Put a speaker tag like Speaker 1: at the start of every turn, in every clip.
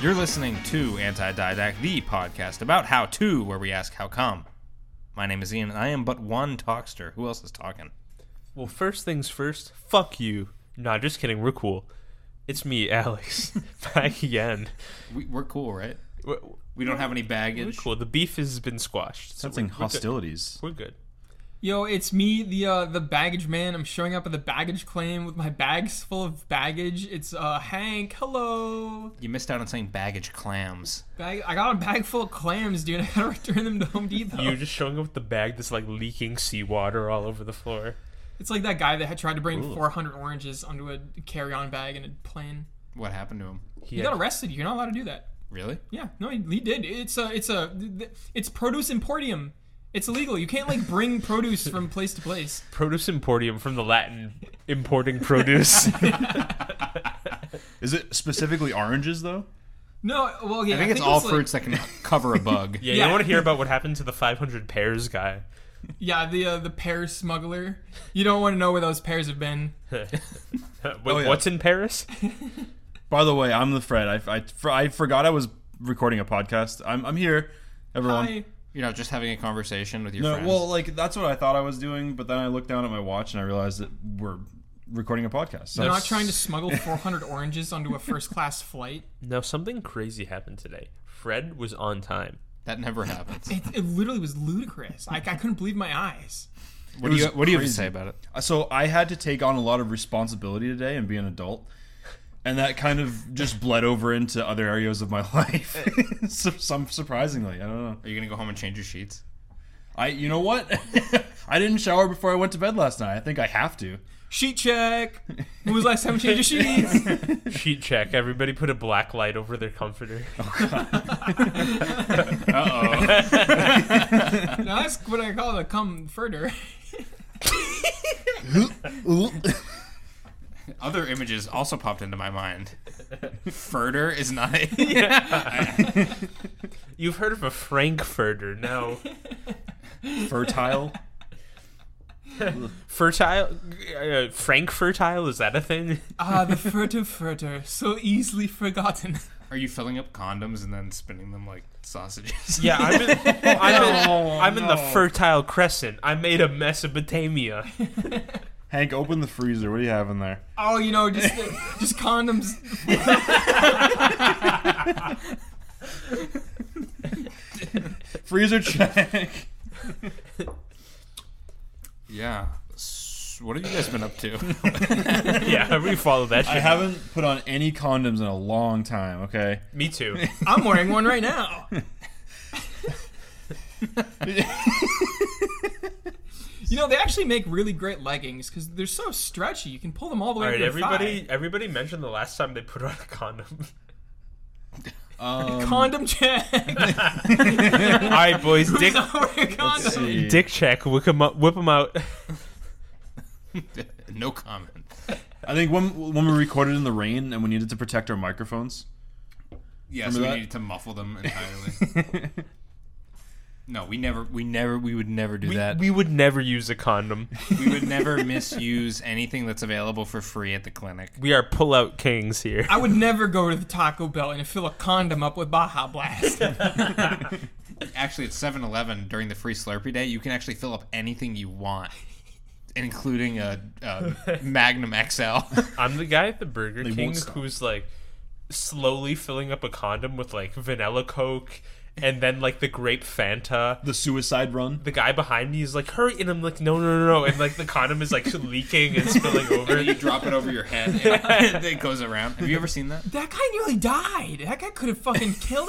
Speaker 1: You're listening to Anti-Didact, the podcast about how to, where we ask how come. My name is Ian, and I am but one talkster. Who else is talking?
Speaker 2: Well, first things first, fuck you. Nah, just kidding. We're cool. It's me, Alex, back again.
Speaker 1: We, we're cool, right?
Speaker 2: We're,
Speaker 1: We don't have any
Speaker 2: we're
Speaker 1: baggage.
Speaker 2: cool. The beef has been squashed. So
Speaker 3: Sensing
Speaker 2: we're, we're good.
Speaker 3: hostilities.
Speaker 2: We're good.
Speaker 4: Yo, it's me, the uh, the baggage man. I'm showing up at the baggage claim with my bags full of baggage. It's uh, Hank. Hello.
Speaker 1: You missed out on saying baggage clams.
Speaker 4: Bag- I got a bag full of clams, dude. I gotta return them to Home Depot.
Speaker 2: You're just showing up with the bag that's like leaking seawater all over the floor.
Speaker 4: It's like that guy that had tried to bring 400 oranges onto a carry-on bag in a plane.
Speaker 1: What happened to him?
Speaker 2: He
Speaker 4: He
Speaker 2: had-
Speaker 4: got arrested. You're not allowed to do that.
Speaker 1: Really?
Speaker 4: Yeah, no, he, he did. It's a, it's a, th- th- it's produce emporium. It's illegal. You can't like bring produce from place to place.
Speaker 2: produce emporium from the Latin importing produce.
Speaker 3: Is it specifically oranges though?
Speaker 4: No, well, yeah,
Speaker 1: I think it's all fruits that can cover a bug.
Speaker 2: yeah, you
Speaker 4: Yeah.
Speaker 2: want to hear about what happened to the 500 pears guy?
Speaker 4: Yeah, the uh, the pear smuggler. You don't want to know where those pears have been.
Speaker 2: Wait,
Speaker 3: yeah.
Speaker 2: What's in Paris?
Speaker 3: By the way, I'm the Fred. I, I, for- I forgot I was recording a podcast. I'm, I'm here, everyone.
Speaker 4: Hi.
Speaker 1: You're not just having a conversation with your
Speaker 3: No,
Speaker 1: friends.
Speaker 3: well, like that's what I thought I was doing, but then I looked down at my watch and I realized that we're recording a podcast. So
Speaker 4: They're not trying to smuggle 400 oranges onto a first class flight.
Speaker 2: Now, something crazy happened today. Fred was on time.
Speaker 1: that never happens.
Speaker 4: It, it literally was ludicrous. I, I couldn't believe my eyes.
Speaker 1: What do you
Speaker 3: was
Speaker 1: What do you have to
Speaker 3: crazy.
Speaker 1: say about it?
Speaker 3: so I had to take on a lot of responsibility today and be an adult. And that kind of just bled over into other areas of my life. so, some surprisingly, I don't know.
Speaker 1: Are you gonna go home and change your sheets?
Speaker 3: I, you know what? I didn't shower before I went to bed last night. I think I have to.
Speaker 4: Sheet check. When was the last time we changed your sheets?
Speaker 2: Sheet check. Everybody put a black light over their comforter.
Speaker 1: Uh
Speaker 4: Now that's what I call the come further.
Speaker 1: oh. Other images also popped into my mind. Furter is not.
Speaker 2: You've heard of a Frankfurter. Now,
Speaker 3: Fertile.
Speaker 2: fertile. Uh, Frankfurtile? Is that a thing?
Speaker 4: Ah, the furtive furter, so easily forgotten.
Speaker 1: Are you filling up condoms and then spinning them like sausages?
Speaker 2: Yeah, I'm in, I'm in,
Speaker 3: No,
Speaker 2: I'm in the
Speaker 3: no.
Speaker 2: Fertile Crescent. I made a Mesopotamia.
Speaker 3: Hank, open the freezer. What do you have in there?
Speaker 4: Oh, you know, just just condoms.
Speaker 3: Freezer check.
Speaker 1: Yeah. S- What have you guys been up to?
Speaker 2: yeah, we follow that shit.
Speaker 3: I haven't put on any condoms in a long time. Okay.
Speaker 2: Me too.
Speaker 4: I'm wearing one right now. you know, they actually make really great leggings because they're so stretchy. You can pull them all the way
Speaker 2: All
Speaker 4: up
Speaker 2: right,
Speaker 4: your
Speaker 2: everybody,
Speaker 4: thigh.
Speaker 2: everybody mentioned the last time they put on a condom.
Speaker 1: Um,
Speaker 4: Condom check.
Speaker 2: All right, boys, dick,
Speaker 4: Who's not wearing
Speaker 3: Let's
Speaker 4: condoms?
Speaker 3: see.
Speaker 2: dick check. Whip them up. Whip 'em out.
Speaker 1: no comment.
Speaker 3: I think when when we recorded in the rain and we needed to protect our microphones.
Speaker 1: Yeah,
Speaker 3: Remember
Speaker 1: so we
Speaker 3: that?
Speaker 1: needed to muffle them entirely. no, we never, we never, we would never do
Speaker 2: We,
Speaker 1: that.
Speaker 2: we would never use a condom.
Speaker 1: we would never misuse anything that's available for free at the clinic.
Speaker 2: We are pull-out kings here.
Speaker 4: I would never go to the Taco Bell and fill a condom up with Baja Blast.
Speaker 1: Actually, at 7 Eleven during the free Slurpee day, you can actually fill up anything you want, including a, a Magnum XL.
Speaker 2: I'm the guy at the Burger
Speaker 3: won't
Speaker 2: King
Speaker 3: stop.
Speaker 2: who's like slowly filling up a condom with like vanilla Coke and then like the grape Fanta.
Speaker 3: The suicide run.
Speaker 2: The guy behind me is like, hurry, and I'm like, no, no, no, no. And like the condom is like leaking and spilling over.
Speaker 1: you drop it over your head and it goes around. Have you ever seen that?
Speaker 4: that guy nearly died. That guy could have fucking killed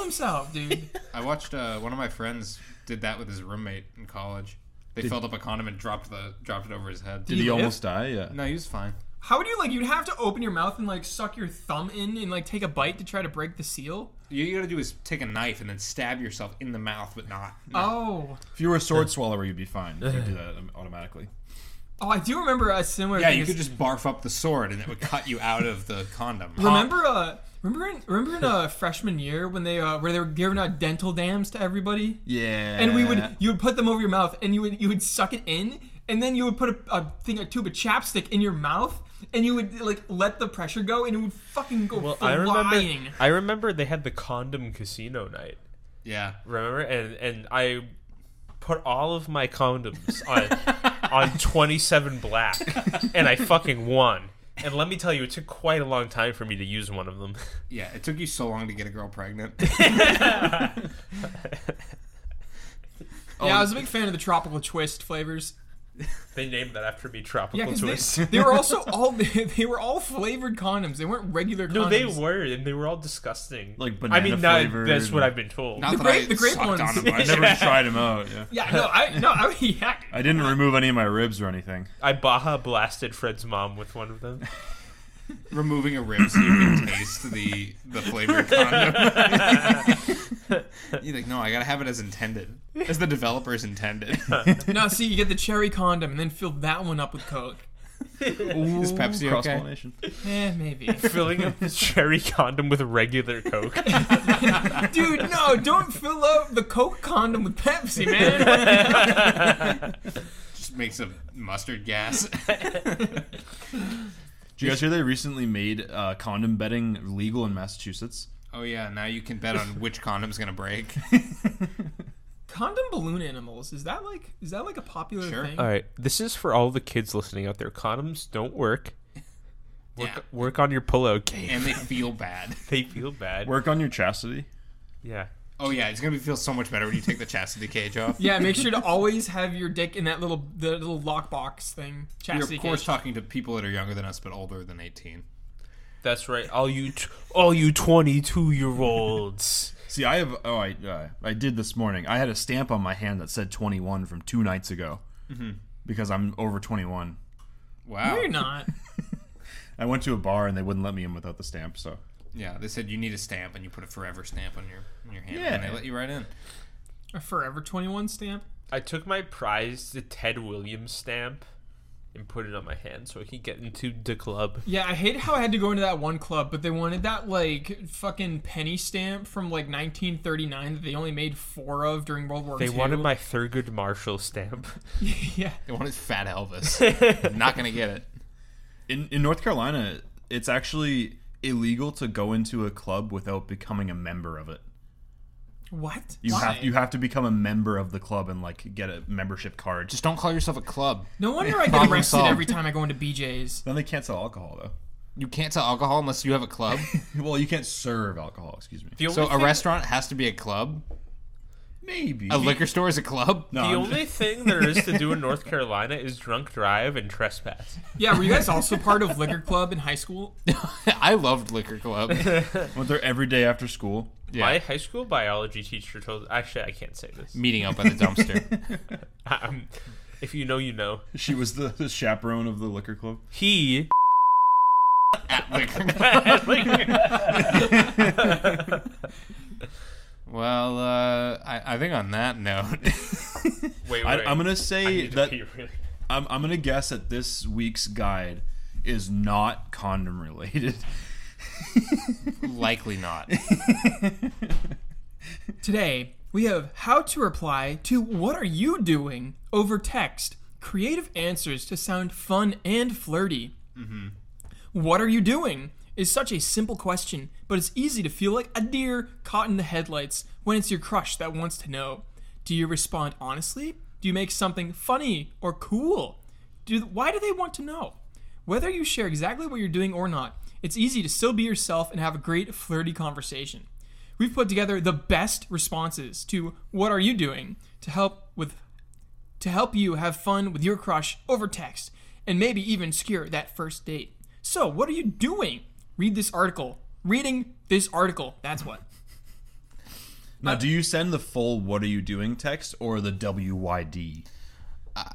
Speaker 4: himself, dude.
Speaker 1: I watched uh, one of my friends did that with his roommate in college. They filled up a condom and dropped the dropped it over his head.
Speaker 3: Did he
Speaker 4: live?
Speaker 3: almost die? Yeah.
Speaker 1: No, he was fine.
Speaker 4: How would you like? You'd have to open your mouth and like suck your thumb in and like take a bite to try to break the seal.
Speaker 1: You, you gotta do is take a knife and then stab yourself in the mouth, but not.
Speaker 4: Oh.
Speaker 3: If you were a sword swallower, you'd be fine. You'd do that automatically.
Speaker 4: Oh, I do remember a similar.
Speaker 1: Yeah,
Speaker 4: thing
Speaker 1: you
Speaker 4: is-
Speaker 1: could just barf up the sword and it would cut you out of the condom.
Speaker 4: remember. Uh, remember in remember in uh, freshman year when they uh, where they were giving out dental dams to everybody,
Speaker 3: Yeah.
Speaker 4: and we would you would put them over your mouth and you would you would suck it in, and then you would put a, a thing a tube of chapstick in your mouth. and you would like let the pressure go, and it would fucking go
Speaker 2: Well, I
Speaker 4: flying.
Speaker 2: remember. I remember they had the condom casino night.
Speaker 1: Yeah.
Speaker 2: Remember, and and I put all of my condoms on on twenty seven black, and I fucking won. And let me tell you, it took quite a long time for me to use one of them.
Speaker 1: Yeah. It took you so long to get a girl pregnant.
Speaker 4: Yeah, I was a big fan of the tropical twist flavors.
Speaker 2: They named that after me, tropical
Speaker 4: Yeah, because
Speaker 2: twist.
Speaker 4: they, they were also all they, they were all flavored condoms. They weren't regular condoms.
Speaker 2: no, they were, and they were all disgusting.
Speaker 3: Like
Speaker 2: I mean,
Speaker 3: banana
Speaker 2: now-
Speaker 3: flavored
Speaker 2: that's what
Speaker 3: and-
Speaker 2: I've been told.
Speaker 1: Not
Speaker 4: The
Speaker 1: that
Speaker 4: grape-
Speaker 1: I
Speaker 4: the grape
Speaker 1: sucked
Speaker 4: ones.
Speaker 1: on them.
Speaker 3: I never tried them out. Yeah.
Speaker 4: Yeah, no, I no, I yeah.
Speaker 3: I didn't remove any of my ribs or anything.
Speaker 2: I Baja blasted Fred's mom with one of them.
Speaker 1: Removing a rib so you can taste the the flavored condom. You're like, no, I gotta have it as intended, as the developers intended.
Speaker 4: No, see, you get the cherry condom and then fill that one up with Coke.
Speaker 1: Is Pepsi
Speaker 3: Cross
Speaker 1: okay?
Speaker 3: pollination.
Speaker 4: Eh, maybe.
Speaker 2: Filling up the cherry condom with regular Coke.
Speaker 4: Dude, no, don't fill up the Coke condom with Pepsi, man.
Speaker 1: Just makes a mustard gas.
Speaker 3: Did you guys hear they recently made uh, condom betting legal in Massachusetts?
Speaker 1: oh yeah, now you can bet on which condom's gonna break.
Speaker 4: condom balloon animals. Is that like is that like a popular
Speaker 1: Sure.
Speaker 4: thing?
Speaker 2: All right, this is for all the kids listening out there. Condoms don't work. Work,
Speaker 1: Yeah.
Speaker 2: work on your pillow game.
Speaker 1: and they feel bad.
Speaker 2: they feel bad.
Speaker 3: Work on your chastity.
Speaker 2: Yeah.
Speaker 1: Oh yeah, it's gonna be, feel so much better when you take the chastity cage off.
Speaker 4: Yeah, make sure to always have your dick in that little the little lockbox thing.
Speaker 1: You're
Speaker 4: Chastity
Speaker 1: of course
Speaker 4: cage.
Speaker 1: talking to people that are younger than us but older than 18.
Speaker 2: That's right. All you t- all you 22-year-olds.
Speaker 3: See, I have. Oh, I uh, I did this morning. I had a stamp on my hand that said 21 from two nights ago
Speaker 1: Mm-hmm.
Speaker 3: because I'm over 21.
Speaker 1: Wow.
Speaker 4: No, you're not.
Speaker 3: I went to a bar and they wouldn't let me in without the stamp. So
Speaker 1: Yeah, they said you need a stamp and you put a forever stamp on your on your hand
Speaker 3: Yeah.
Speaker 1: and they let you right in.
Speaker 4: A Forever 21 stamp.
Speaker 2: I took my prize to Ted Williams stamp and put it on my hand so I could get into the club.
Speaker 4: Yeah, I hate how I had to go into that one club, but they wanted that like fucking penny stamp from like 1939 that they only made four of during World War
Speaker 2: They
Speaker 4: II.
Speaker 2: wanted my Thurgood Marshall stamp.
Speaker 4: yeah.
Speaker 1: They wanted fat Elvis. I'm not gonna get it.
Speaker 3: in in North Carolina, it's actually illegal to go into a club without becoming a member of it.
Speaker 4: What?
Speaker 3: You
Speaker 4: Why?
Speaker 3: have you have to become a member of the club and like get a membership card. Just
Speaker 1: Just don't call yourself a club.
Speaker 4: No wonder I get
Speaker 1: Problem
Speaker 4: arrested
Speaker 1: solved.
Speaker 4: every time I go into BJ's.
Speaker 3: then they can't sell alcohol though.
Speaker 1: You can't sell alcohol unless you have a club.
Speaker 3: Well, you can't serve alcohol. Excuse me.
Speaker 2: The only
Speaker 1: so a
Speaker 2: thing-
Speaker 1: restaurant has to be a club.
Speaker 3: Maybe
Speaker 1: A liquor store is a club.
Speaker 3: No,
Speaker 2: The
Speaker 3: I'm
Speaker 2: only thing there is to do in North Carolina is drunk drive and trespass.
Speaker 4: Yeah, were you guys also part of liquor club in high school?
Speaker 1: I loved liquor club.
Speaker 3: just- went there every day after school.
Speaker 2: My
Speaker 1: Yeah.
Speaker 2: high school biology teacher told. Actually, I can't say this.
Speaker 1: Meeting up at the dumpster.
Speaker 2: Um, if you know, you know.
Speaker 3: She was the, the chaperone of the liquor club.
Speaker 2: He.
Speaker 1: Liquor club. Well, uh, I, I think on that note,
Speaker 2: wait, wait.
Speaker 3: I, I'm gonna
Speaker 2: I
Speaker 3: say
Speaker 2: need to
Speaker 3: that
Speaker 2: pee really-
Speaker 3: I'm, I'm gonna guess that this week's guide is not condom related.
Speaker 1: likely not.
Speaker 4: Today, we have how to reply to what are you doing over text. Creative answers to sound fun and flirty. What are you doing is such a simple question, but it's easy to feel like a deer caught in the headlights when it's your crush that wants to know. Do you respond honestly? Do you make something funny or cool? Do, why do they want to know? Whether you share exactly what you're doing or not, it's easy to still be yourself and have a great flirty conversation. We've put together the best responses to what are you doing to help with to help you have fun with your crush over text and maybe even secure that first date. So, what are you doing? Read this article. Reading this article. That's what.
Speaker 3: Now, do you send the full "What are you doing?" text or the WYD?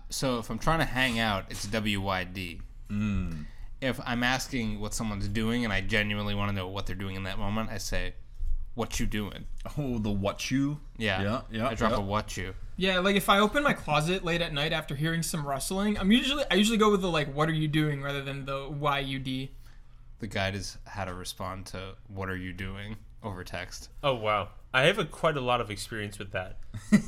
Speaker 1: So if I'm trying to hang out, it's WYD. Hmm. If I'm asking what someone's doing and I genuinely want to know what they're doing in that moment, I say, "What you doing?"
Speaker 3: Oh, the what you?
Speaker 1: Yeah,
Speaker 3: yeah, yeah.
Speaker 1: I drop
Speaker 3: yeah.
Speaker 1: a "What you."
Speaker 4: Yeah, like if I open my closet late at night after hearing some rustling, I'm usually I usually go with the like what are you doing rather than the why you d.
Speaker 1: The guide is how to respond to "What are you doing?" over text.
Speaker 2: Oh wow, I have a, quite a lot of experience with that.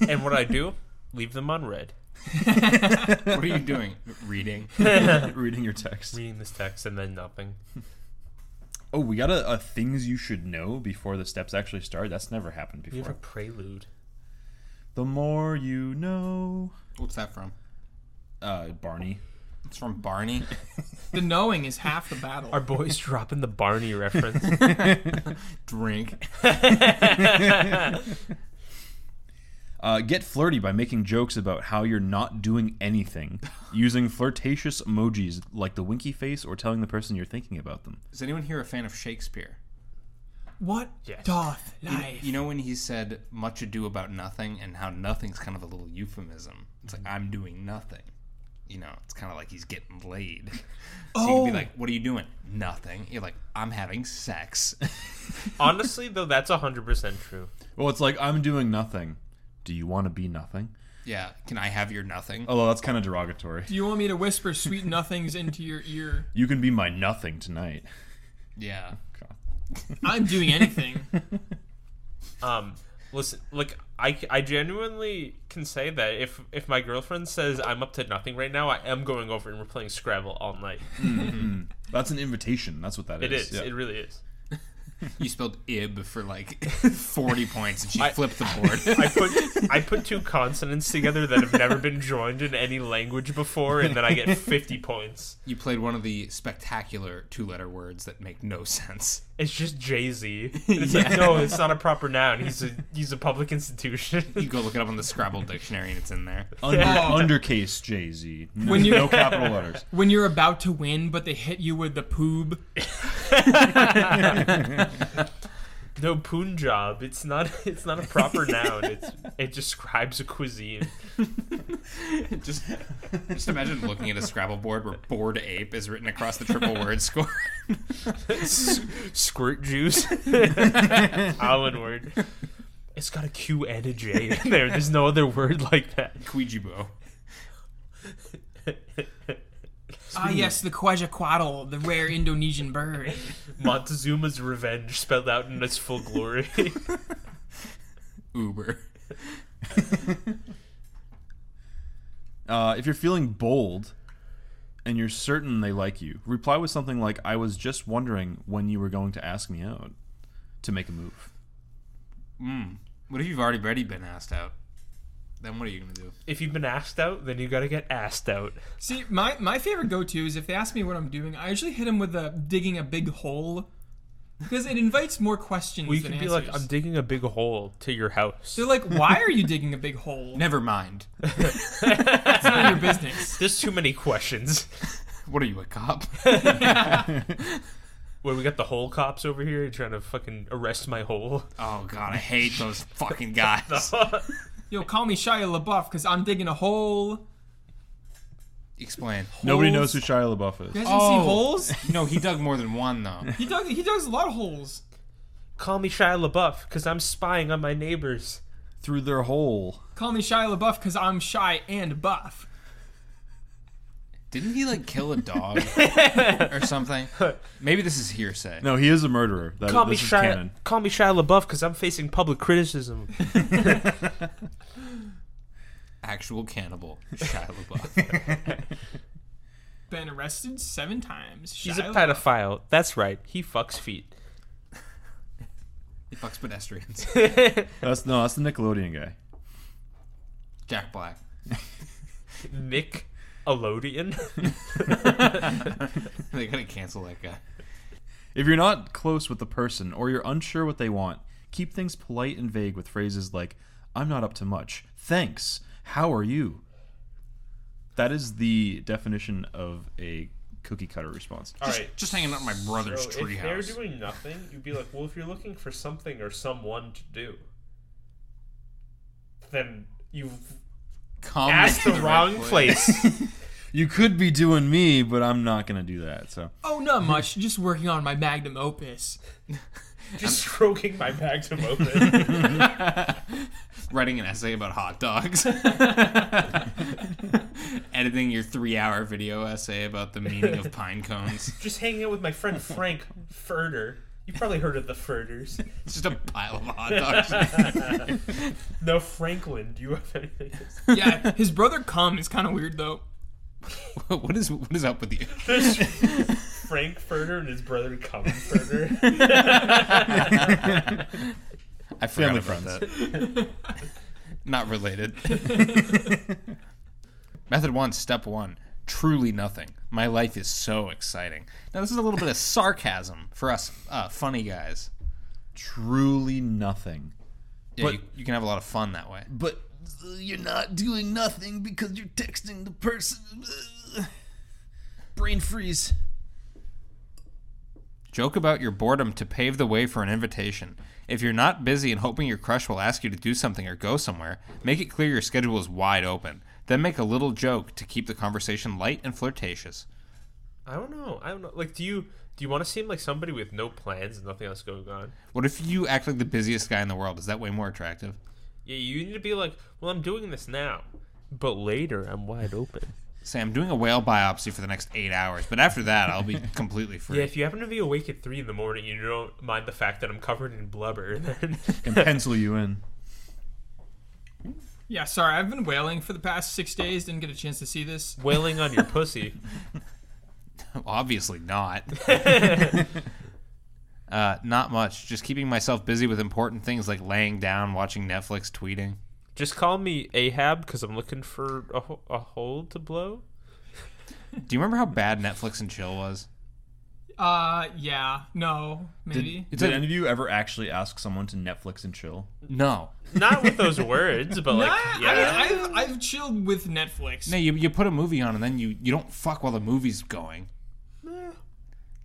Speaker 2: And what I do, leave them on red.
Speaker 1: What are you doing? Reading.
Speaker 3: Reading your text.
Speaker 2: Reading this text and then nothing.
Speaker 3: Oh, we got a, a things you should know before the steps actually start. That's never happened
Speaker 2: We
Speaker 3: before.
Speaker 2: have a prelude.
Speaker 3: The more you know.
Speaker 1: What's that from?
Speaker 3: Uh, Barney.
Speaker 1: It's from Barney.
Speaker 4: The knowing is half the battle.
Speaker 2: Our boys dropping the Barney reference.
Speaker 1: Drink.
Speaker 3: Uh, get flirty by making jokes about how you're not doing anything, using flirtatious emojis like the winky face or telling the person you're thinking about them.
Speaker 1: Is anyone here a fan of Shakespeare?
Speaker 4: what
Speaker 2: Yes.
Speaker 4: doth life?
Speaker 1: You know when he said much ado about nothing and how nothing's kind of a little euphemism? It's like, I'm doing nothing. You know, it's kind of like he's getting laid. So you can
Speaker 4: Oh.
Speaker 1: be like, what are you doing? Nothing. You're like, I'm having sex.
Speaker 2: Honestly, though, that's 100% true.
Speaker 3: Well, it's like, I'm doing nothing. Do you want to be nothing?
Speaker 1: yeah. Can I have your nothing?
Speaker 3: Although that's kind of derogatory.
Speaker 4: Do you want me to whisper sweet nothings into your ear?
Speaker 3: You can be my nothing tonight.
Speaker 1: Yeah.
Speaker 3: God.
Speaker 4: I'm doing anything.
Speaker 2: Um, listen, like I, I genuinely can say that if if my girlfriend says I'm up to nothing right now, I am going over and we're playing Scrabble all night.
Speaker 3: That's an invitation. That's what that
Speaker 2: It is.
Speaker 3: Yeah.
Speaker 2: It really is.
Speaker 1: You spelled ib for like 40 points and she
Speaker 2: I-
Speaker 1: flipped the board.
Speaker 2: I put I put two consonants together that have never been joined in any language before, and then I get 50 points.
Speaker 1: you played one of the spectacular two letter words that make no sense.
Speaker 2: It's just Jay Z. It's like no, it's not a proper noun. He's a he's a public institution.
Speaker 1: You go look it up on the Scrabble dictionary and it's in there.
Speaker 3: Under,
Speaker 2: Yeah.
Speaker 3: Undercase Jay Z. No,
Speaker 4: When you-
Speaker 3: no capital letters.
Speaker 4: when you're about to win, but they hit you with the poob.
Speaker 2: No Punjab. It's not it's not a proper noun. It's it describes a cuisine.
Speaker 1: Just, just imagine looking at a Scrabble board where "bored ape" is written across the triple word score.
Speaker 2: S- squirt juice. Island word. It's got a Q and a J in there. There's no other word like that.
Speaker 1: Quijibo.
Speaker 4: Ah, yes, the Quetzalcoatl, the rare Indonesian bird.
Speaker 2: Montezuma's revenge spelled out in its full glory.
Speaker 1: Uber.
Speaker 3: Uh, if you're feeling bold and you're certain they like you, reply with something like, I was just wondering when you were going to ask me out to make a move.
Speaker 1: Hmm. What if you've already already been asked out? Then what are you gonna do?
Speaker 2: if you've been asked out, then you gotta get asked out.
Speaker 4: See, my, my favorite go to is if they ask me what I'm doing, I usually hit them with the digging a big hole. Because it invites more questions
Speaker 2: We
Speaker 4: than
Speaker 2: could be
Speaker 4: answers.
Speaker 2: like, I'm digging a big hole to your house.
Speaker 4: They're like, why are you digging a big hole?
Speaker 1: Never mind.
Speaker 4: That's none of your business.
Speaker 2: There's too many questions.
Speaker 1: What are you a cop?
Speaker 2: Where we got the hole cops over here trying to fucking arrest my hole.
Speaker 1: Oh god, I hate those fucking guys.
Speaker 4: Yo, call me Shia LaBeouf because I'm digging a hole.
Speaker 1: Explain.
Speaker 3: Nobody knows
Speaker 4: Holes.
Speaker 3: who Shia LaBeouf
Speaker 4: You
Speaker 3: is.
Speaker 4: guys didn't
Speaker 1: Oh.
Speaker 4: see holes?
Speaker 1: No, he dug more than one though.
Speaker 4: He dug, he digs a lot of holes.
Speaker 2: Call me Shia LaBeouf, because I'm spying on my neighbors.
Speaker 3: Through their hole.
Speaker 4: Call me Shia LaBeouf because I'm shy and buff.
Speaker 1: Didn't he like kill a dog or something? Maybe this is hearsay.
Speaker 3: No, he is a murderer. That,
Speaker 2: Call me
Speaker 3: this is
Speaker 2: Shia.
Speaker 3: canon.
Speaker 2: Call me Shia LaBeouf, because I'm facing public criticism.
Speaker 1: Actual cannibal, Shia LaBeouf.
Speaker 4: Been arrested seven times.
Speaker 2: He's a
Speaker 4: Shia
Speaker 2: pedophile. That's right. He fucks feet.
Speaker 1: He fucks pedestrians.
Speaker 3: That's no, that's the Nickelodeon guy.
Speaker 1: Jack Black.
Speaker 2: Nick Elodian.
Speaker 1: They gotta cancel that guy.
Speaker 3: If you're not close with the person or you're unsure what they want, keep things polite and vague with phrases like, I'm not up to much. Thanks. How are you? That is the definition of a cookie cutter response.
Speaker 2: All
Speaker 1: Just, just hanging out in my brother's
Speaker 2: So if they're
Speaker 1: treehouse.
Speaker 2: doing nothing, you'd be like, well, if you're looking for something or someone to do, then you've
Speaker 1: Come
Speaker 2: asked
Speaker 1: to
Speaker 2: the wrong
Speaker 1: right
Speaker 2: place.
Speaker 3: You could be doing me, but I'm not going to do that. So
Speaker 4: Oh, not much. Just working on my magnum opus.
Speaker 2: Just stroking my magnum open.
Speaker 1: Writing an essay about hot dogs. Editing your three-hour video essay about the meaning of pine cones.
Speaker 2: Just hanging out with my friend Frank Furter. You probably heard of the Fritters.
Speaker 1: It's just a pile of hot dogs.
Speaker 2: No, Franklin. Do you have anything? else?
Speaker 4: yeah, his brother cum is kind of weird though.
Speaker 1: what is what is up with you?
Speaker 2: There's Frankfurter and his brother Comforter.
Speaker 1: I forgot
Speaker 3: Family
Speaker 1: about
Speaker 3: friends.
Speaker 1: that. Not related. Method one, step one. Truly nothing. My life is so exciting. Now this is a little bit of sarcasm for us uh, funny guys.
Speaker 3: Truly nothing.
Speaker 1: Yeah,
Speaker 3: But-
Speaker 1: you, you can have a lot of fun that way.
Speaker 3: But uh, you're not doing nothing because you're texting the person. Brain freeze.
Speaker 1: Joke about your boredom to pave the way for an invitation. If you're not busy and hoping your crush will ask you to do something or go somewhere, make it clear your schedule is wide open. Then make a little joke to keep the conversation light and flirtatious.
Speaker 2: I don't know. I don't know. Like, do you do you want to seem like somebody with no plans and nothing else going on?
Speaker 1: What if you act like the busiest guy in the world? Is that way more attractive?
Speaker 2: Yeah, you need to be like, well, I'm doing this now, but later I'm wide open.
Speaker 1: Say, I'm doing a whale biopsy for the next eight hours, but after that, I'll be completely free.
Speaker 2: Yeah, if you happen to be awake at three in the morning, you don't mind the fact that I'm covered in blubber. Then
Speaker 3: And pencil you in.
Speaker 4: Yeah, sorry, I've been wailing for the past six days. Didn't get a chance to see this.
Speaker 2: wailing on your pussy.
Speaker 1: Obviously not. uh, not much. Just keeping myself busy with important things like laying down, watching Netflix, tweeting.
Speaker 2: Just call me Ahab because I'm looking for a, ho- a hole to blow.
Speaker 1: Do you remember how bad Netflix and chill was?
Speaker 4: Uh, yeah, no, maybe.
Speaker 1: It's
Speaker 3: Did
Speaker 1: a-
Speaker 3: any of you ever actually ask someone to Netflix and chill?
Speaker 1: No.
Speaker 2: Not with those words, but like,
Speaker 4: I,
Speaker 2: yeah.
Speaker 4: I mean, I've, I've chilled with Netflix.
Speaker 1: No, you, you put a movie on and then you, you don't fuck while the movie's going.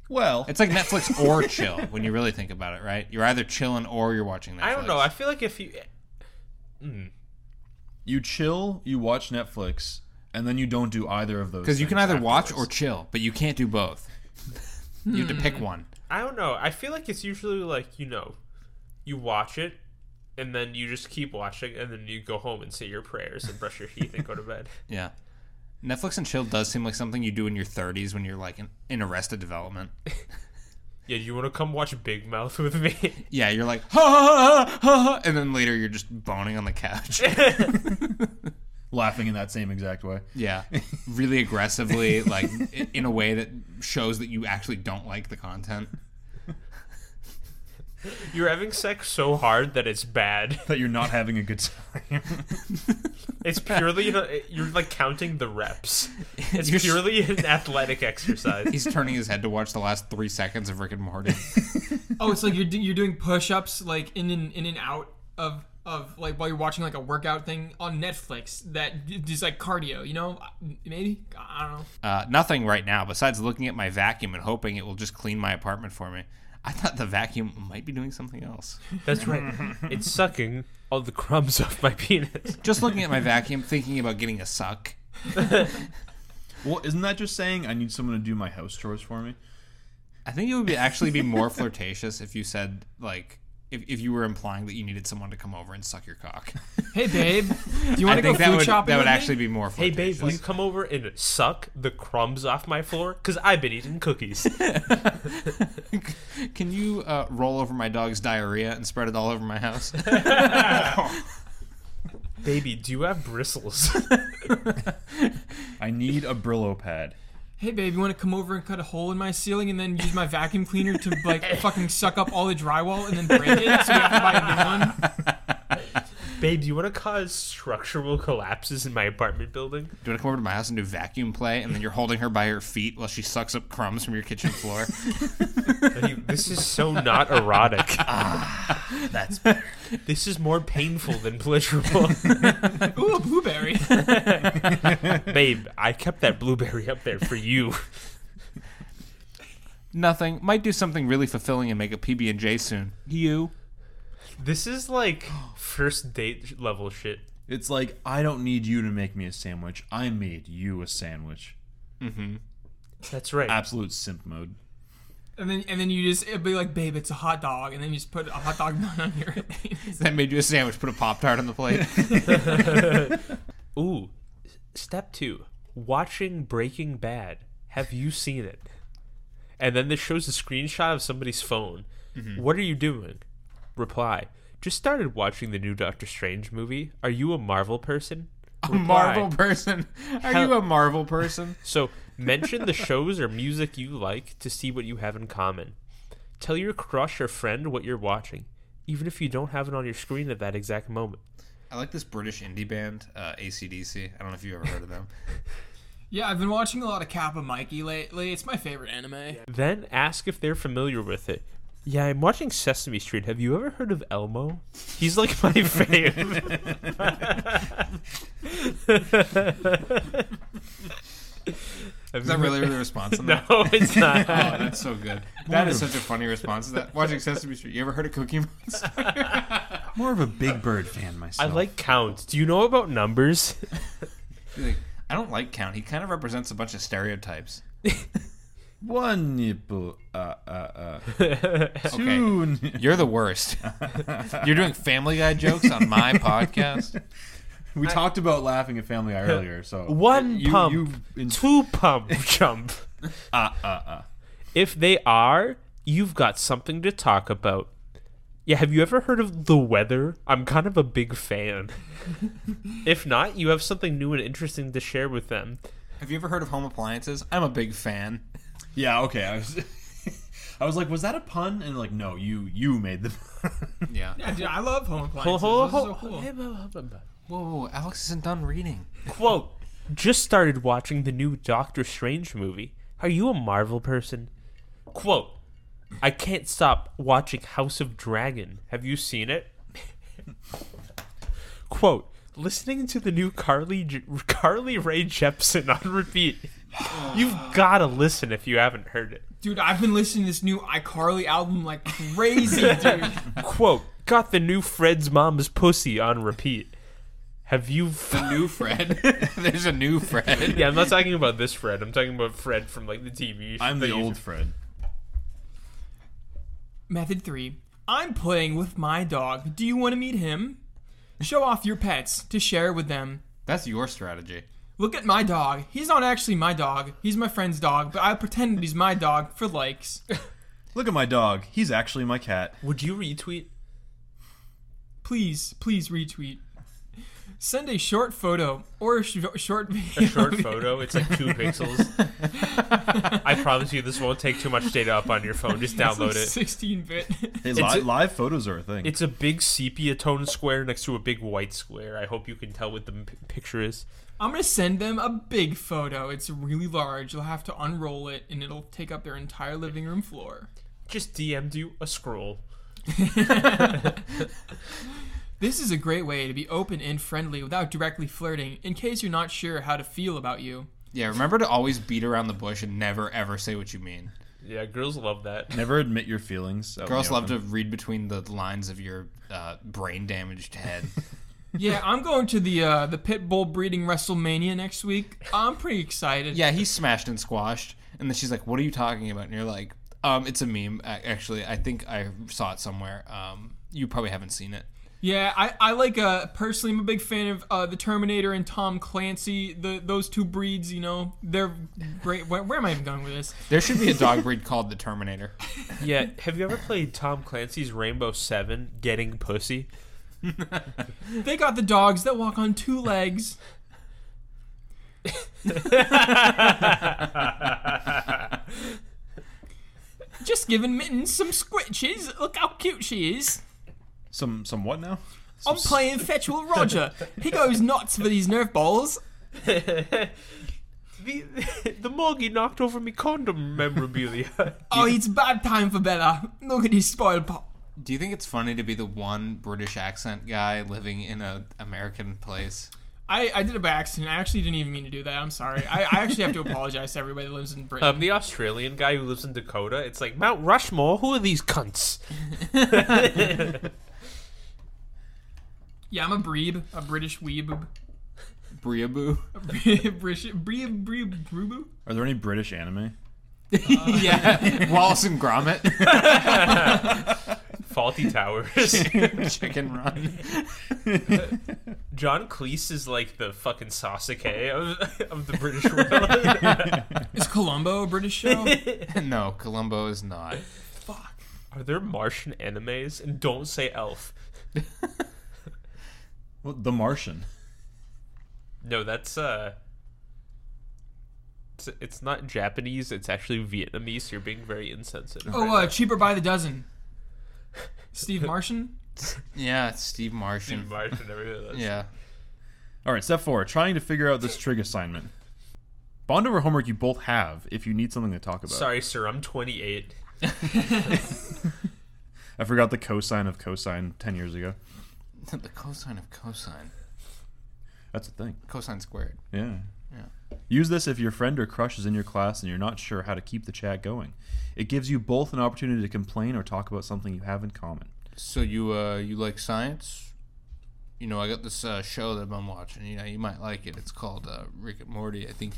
Speaker 3: Well,
Speaker 1: It's like Netflix or chill when you really think about it, right? You're either chilling or you're watching Netflix.
Speaker 2: I don't know. I feel like if you
Speaker 3: you chill, you watch Netflix, and then you don't do either of those.
Speaker 1: Because you can
Speaker 3: things
Speaker 1: either watch or
Speaker 3: afterwards.
Speaker 1: chill, but you can't do both. you have to pick
Speaker 2: Hmm.
Speaker 1: one.
Speaker 2: I don't know. I feel like it's usually like, you know, you watch it and then you just keep watching and then you go home and say your prayers and brush your teeth and go to bed.
Speaker 1: Yeah. Netflix and chill does seem like something you do in your 30s when you're like in, in arrested development.
Speaker 2: Yeah, you want to come watch Big Mouth with me?
Speaker 1: Yeah, you're like, ha ha ha ha, ha," and then later you're just boning on the couch.
Speaker 3: laughing in that same exact way.
Speaker 1: yeah. Really aggressively, like i- in a way that shows that you actually don't like the content.
Speaker 2: You're having sex so hard that it's bad.
Speaker 3: That you're not having a good time.
Speaker 2: It's purely you're like counting the reps. It's
Speaker 1: You're s-
Speaker 2: purely an athletic exercise.
Speaker 1: He's turning his head to watch the last three seconds of Rick and Morty.
Speaker 4: Oh, it's like you're do- you're doing push-ups like in and in and out of of like while you're watching like a workout thing on Netflix that d- is like cardio. You know, maybe I I don't know.
Speaker 1: Uh, nothing right now besides looking at my vacuum and hoping it will just clean my apartment for me. I thought the vacuum might be doing something else.
Speaker 2: That's right. It's sucking all the crumbs off my penis.
Speaker 1: Just looking at my vacuum, thinking about getting a suck.
Speaker 3: well, isn't that just saying I need someone to do my house chores for me?
Speaker 1: I think it would be actually be more flirtatious if you said like if, if you were implying that you needed someone to come over and suck your cock.
Speaker 4: Hey, babe, do you
Speaker 1: I
Speaker 4: want to go
Speaker 1: think that
Speaker 4: food
Speaker 1: would that
Speaker 4: shopping?
Speaker 1: would
Speaker 4: with me?
Speaker 1: actually be more
Speaker 2: Hey
Speaker 1: flirtatious.
Speaker 2: babe, will you come over and suck the crumbs off my floor? Cause I've been eating cookies.
Speaker 1: Can you uh, roll over my dog's diarrhea and spread it all over my house?
Speaker 2: Baby, do you have bristles?
Speaker 3: I need a Brillo pad.
Speaker 4: Hey, babe, you want to come over and cut a hole in my ceiling and then use my vacuum cleaner to like fucking suck up all the drywall and then break it so we have to buy a new one?
Speaker 2: Babe, do you want to cause structural collapses in my apartment building?
Speaker 1: Do you want to come over to my house and do vacuum play, and then you're holding her by her feet while she sucks up crumbs from your kitchen floor?
Speaker 2: Are you- this is so not erotic.
Speaker 3: That's
Speaker 2: This is more painful than pleasurable.
Speaker 4: Ooh, a blueberry.
Speaker 2: Babe, I kept that blueberry up there for you.
Speaker 1: Nothing. Might do something really fulfilling and make a PB and J soon. You.
Speaker 2: This is like first date level shit.
Speaker 3: It's like I don't need you to make me a sandwich. I made you a sandwich.
Speaker 2: That's right.
Speaker 3: Absolute simp mode.
Speaker 4: And then and then you just it'd be like, babe, it's a hot dog, and then you just put a hot dog bun on your penis.
Speaker 1: That made you a sandwich. Put a pop tart on the plate.
Speaker 2: Ooh, step two watching Breaking Bad. Have you seen it? And then this shows a screenshot of somebody's phone.
Speaker 1: Mm-hmm.
Speaker 2: What are you doing? Reply. Just started watching the new Doctor Strange movie. Are you a Marvel person?
Speaker 1: A Marvel person? Are
Speaker 2: Hell-
Speaker 1: you a Marvel person?
Speaker 2: So mention the shows or music you like to see what you have in common. Tell your crush or friend what you're watching, even if you don't have it on your screen at that exact moment.
Speaker 1: I like this British indie band, uh, ACDC. I don't know if you've ever heard of them.
Speaker 4: Yeah, I've been watching a lot of Kappa Mikey lately. It's my favorite anime.
Speaker 2: Then ask if they're familiar with it. Yeah, I'm watching Sesame Street. Have you ever heard of Elmo? He's like my fave.
Speaker 1: Is that really the response on
Speaker 2: No,
Speaker 1: that?
Speaker 2: it's not.
Speaker 1: Oh, that's so good. That is such a funny response. Is that watching Sesame Street? You ever heard of Cookie Monster?
Speaker 3: More of a Big Bird fan
Speaker 2: I
Speaker 3: myself.
Speaker 2: like counts. Do you know about numbers?
Speaker 1: You're like, I don't like Count. He kind of represents a bunch of stereotypes.
Speaker 3: one nipple. Uh, uh, uh.
Speaker 1: Okay,
Speaker 3: Two ni-
Speaker 1: you're the worst. You're doing Family Guy jokes on my podcast.
Speaker 3: We talked about laughing at Family Guy earlier, so
Speaker 2: One
Speaker 3: you,
Speaker 2: pump,
Speaker 3: You in-
Speaker 2: two pump jump.
Speaker 3: uh, uh, uh.
Speaker 2: If they are, you've got something to talk about. Yeah, have you ever heard of the weather? I'm kind of a big fan. if not, you have something new and interesting to share with them.
Speaker 1: Have you ever heard of home appliances? I'm a big fan.
Speaker 3: Yeah, okay. I was, I was like, was that a pun? And like, no, you you made the.
Speaker 1: Yeah.
Speaker 4: Yeah, dude, I love home appliances.
Speaker 2: Ho-
Speaker 4: Those are so
Speaker 2: ho-
Speaker 4: cool.
Speaker 1: Whoa, whoa, Alex isn't done reading.
Speaker 2: Quote Just started watching the new Doctor Strange movie. Are you a Marvel person? Quote I can't stop watching House of Dragon. Have you seen it? Quote Listening to the new Carly J- Carly Ray Jepsen on repeat. You've gotta listen if you haven't heard it.
Speaker 4: Dude, I've been listening to this new iCarly album like crazy, dude.
Speaker 2: Quote Got the new Fred's mom's pussy on repeat. Have you? F-
Speaker 1: The new Fred. There's a new Fred.
Speaker 2: yeah, I'm not talking about this Fred. I'm talking about Fred from like the TV.
Speaker 3: I'm the
Speaker 2: that you-
Speaker 3: old Fred.
Speaker 4: Method 3. I'm playing with my dog. Do you want to meet him? Show off your pets to share with them.
Speaker 1: That's your strategy.
Speaker 4: Look at my dog. He's not actually my dog. He's my friend's dog, but I pretended he's my dog for likes.
Speaker 3: Look at my dog. He's actually my cat.
Speaker 2: Would you retweet?
Speaker 4: Please, please retweet. Send a short photo or a sh- short video.
Speaker 2: short photo. It's like two pixels. I promise you, this won't take too much data up on your phone. Just
Speaker 4: It's like
Speaker 2: download it.
Speaker 4: 16 bit.
Speaker 3: Hey,
Speaker 2: It's
Speaker 3: li-
Speaker 2: a-
Speaker 3: live photos are a thing.
Speaker 2: It's a big sepia tone square next to a big white square. I hope you can tell what the p- picture is.
Speaker 4: I'm gonna send them a big photo. It's really large. You'll have to unroll it, and it'll take up their entire living room floor.
Speaker 2: Just DM'd you a scroll.
Speaker 4: This is a great way to be open and friendly without directly flirting, in case you're not sure how to feel about you.
Speaker 1: Yeah, remember to always beat around the bush and never ever say what you mean.
Speaker 2: Yeah, girls love that.
Speaker 3: Never admit your feelings. out in
Speaker 1: Girls
Speaker 3: the
Speaker 1: love
Speaker 3: open.
Speaker 1: to read between the lines of your uh, brain damaged head.
Speaker 4: Yeah, I'm going to the uh, the pit bull breeding WrestleMania next week. I'm pretty excited.
Speaker 1: yeah, he's smashed and squashed. And then she's like, What are you talking about? And you're like, um, It's a meme. A- Actually, I think I saw it somewhere. Um, you probably haven't seen it.
Speaker 4: Yeah, I, I like uh personally I'm a big fan of uh, the Terminator and Tom Clancy. The those two breeds, you know, they're great. Where, where am I even going with this?
Speaker 1: There should be a dog breed called the Terminator.
Speaker 2: Yeah, have you ever played Tom Clancy's Rainbow Seven Getting Pussy?
Speaker 4: They got the dogs that walk on two legs. Just giving Mittens some squitches. Look how cute she is.
Speaker 3: some some what now?
Speaker 4: I'm playing fetch with Roger. He goes nuts with his Nerf balls.
Speaker 2: The, the Morgie knocked over me condom memorabilia.
Speaker 4: Oh, it's bad time for Bella. Look at his spoiled pop.
Speaker 1: Do you think it's funny to be the one British accent guy living in an American place?
Speaker 4: I, I did it by accident. I actually didn't even mean to do that. I'm sorry. I, I actually have to apologize to everybody that lives in Britain.
Speaker 2: Um, the Australian guy who lives in Dakota, it's like Mount Rushmore. Who are these cunts?
Speaker 4: yeah, I'm a breeb, a British weeb.
Speaker 1: Briaboo?
Speaker 4: British, breeb, breeb, breeboo?
Speaker 3: Are there any British anime?
Speaker 1: yeah. Wallace and Gromit?
Speaker 2: Faulty Towers.
Speaker 1: Chicken Run.
Speaker 2: John Cleese is like the fucking Sasuke of, of the British world.
Speaker 4: Is Columbo a British show?
Speaker 1: no, Columbo is not.
Speaker 4: Fuck.
Speaker 2: Are there Martian animes? And don't say elf.
Speaker 3: Well, the Martian.
Speaker 2: No, that's uh. It's, it's not Japanese. It's actually Vietnamese. You're being very insensitive.
Speaker 4: Oh,
Speaker 2: right
Speaker 4: uh, cheaper by the dozen. Steve Martian.
Speaker 1: Yeah, it's Steve
Speaker 2: now.
Speaker 1: Martian.
Speaker 2: Martian, everything else.
Speaker 1: Yeah.
Speaker 3: All right, step four: trying to figure out this trig assignment. Bond over homework you both have if you need something to talk about.
Speaker 2: Sorry, sir. I'm 28.
Speaker 3: I forgot the cosine of cosine ten years ago.
Speaker 1: the cosine of cosine.
Speaker 3: That's a thing.
Speaker 1: Cosine squared.
Speaker 3: Yeah.
Speaker 1: Yeah.
Speaker 3: Use this if your friend or crush is in your class and you're not sure how to keep the chat going. It gives you both an opportunity to complain or talk about something you have in common.
Speaker 1: So you uh you like science? You know, I got this uh, show that I've been watching. You know, you might like it. It's called uh, Rick and Morty. I think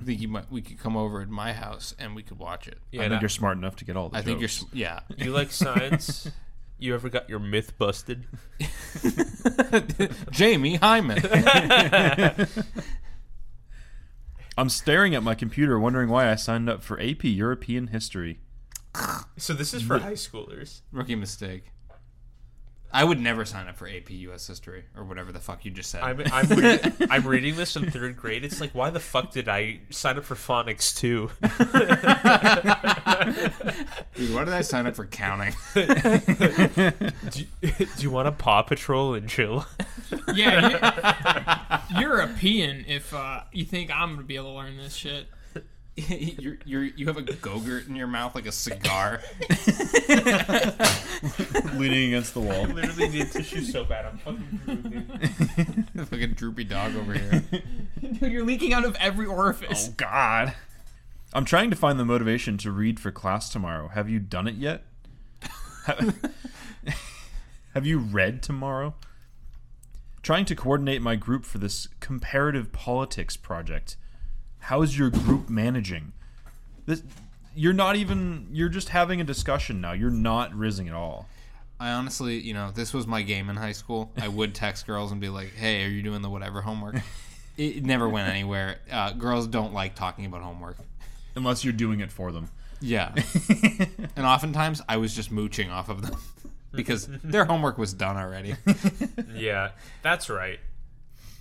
Speaker 1: I think you might we could come over at my house and we could watch it.
Speaker 2: Yeah,
Speaker 3: I
Speaker 2: and
Speaker 3: think you're smart enough to get all the
Speaker 1: I think you're
Speaker 3: jokes.
Speaker 1: s- yeah.
Speaker 2: I- you like science? you ever got your myth busted?
Speaker 1: Jamie Hyman.
Speaker 3: I'm staring at my computer wondering why I signed up for AP European History.
Speaker 2: So this is for high schoolers.
Speaker 1: Rookie mistake. I would never sign up for AP US history or whatever the fuck you just said.
Speaker 2: I'm I'm, reading, I'm reading this in third grade. It's like, why the fuck did I sign up for phonics too?
Speaker 1: Dude, why did I sign up for counting?
Speaker 2: do, do you want a Paw Patrol and chill?
Speaker 4: Yeah, Eu- European. If uh, you think I'm gonna be able to learn this shit,
Speaker 1: you're, you're, you have a gogurt in your mouth like a cigar.
Speaker 3: Leaning against the wall.
Speaker 2: Literally need tissue so bad. I'm fucking drooling.
Speaker 1: like a droopy dog over here.
Speaker 4: dude, you're leaking out of every orifice.
Speaker 3: Oh, God. I'm trying to find the motivation to read for class tomorrow. Have you done it yet? Have you read tomorrow? Trying to coordinate my group for this comparative politics project. How's your group managing? This you're not even you're just having a discussion now. You're not rizzing at all.
Speaker 1: I honestly, you know, this was my game in high school. I would text girls and be like, "Hey, are you doing the whatever homework?" It never went anywhere. Uh, girls don't like talking about homework.
Speaker 3: Unless you're doing it for them.
Speaker 1: Yeah, and oftentimes I was just mooching off of them because their homework was done already.
Speaker 2: Yeah, that's right.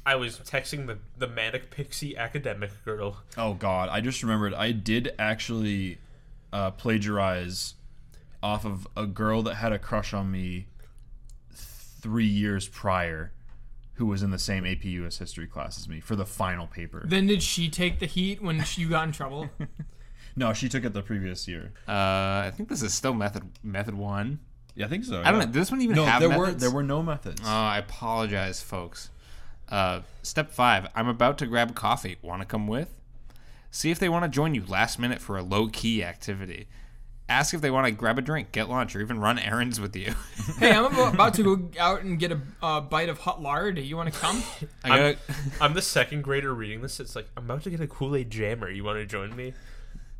Speaker 2: I was texting the, the manic pixie academic girl.
Speaker 3: Oh God, I just remembered. I did actually uh, plagiarize off of a girl that had a crush on me three years prior, who was in the same AP US History class as me for the final paper.
Speaker 4: Then did she take the heat when she, you got in trouble?
Speaker 3: No, she took it the previous year.
Speaker 1: Uh, I think this is still method method one.
Speaker 3: Yeah, I think so.
Speaker 1: I don't know. Does this one even
Speaker 3: No,
Speaker 1: have
Speaker 3: there were
Speaker 1: methods?
Speaker 3: there were no methods.
Speaker 1: Oh, I apologize, folks. Uh, step five I'm about to grab coffee. Want to come with? See if they want to join you last minute for a low key activity. Ask if they want to grab a drink, get lunch, or even run errands with you.
Speaker 4: hey, I'm abo- about to go out and get a uh, bite of hot lard. You want to come?
Speaker 1: I gotta,
Speaker 2: I'm the second grader reading this. It's like, I'm about to get a Kool Aid jammer. You want to join me?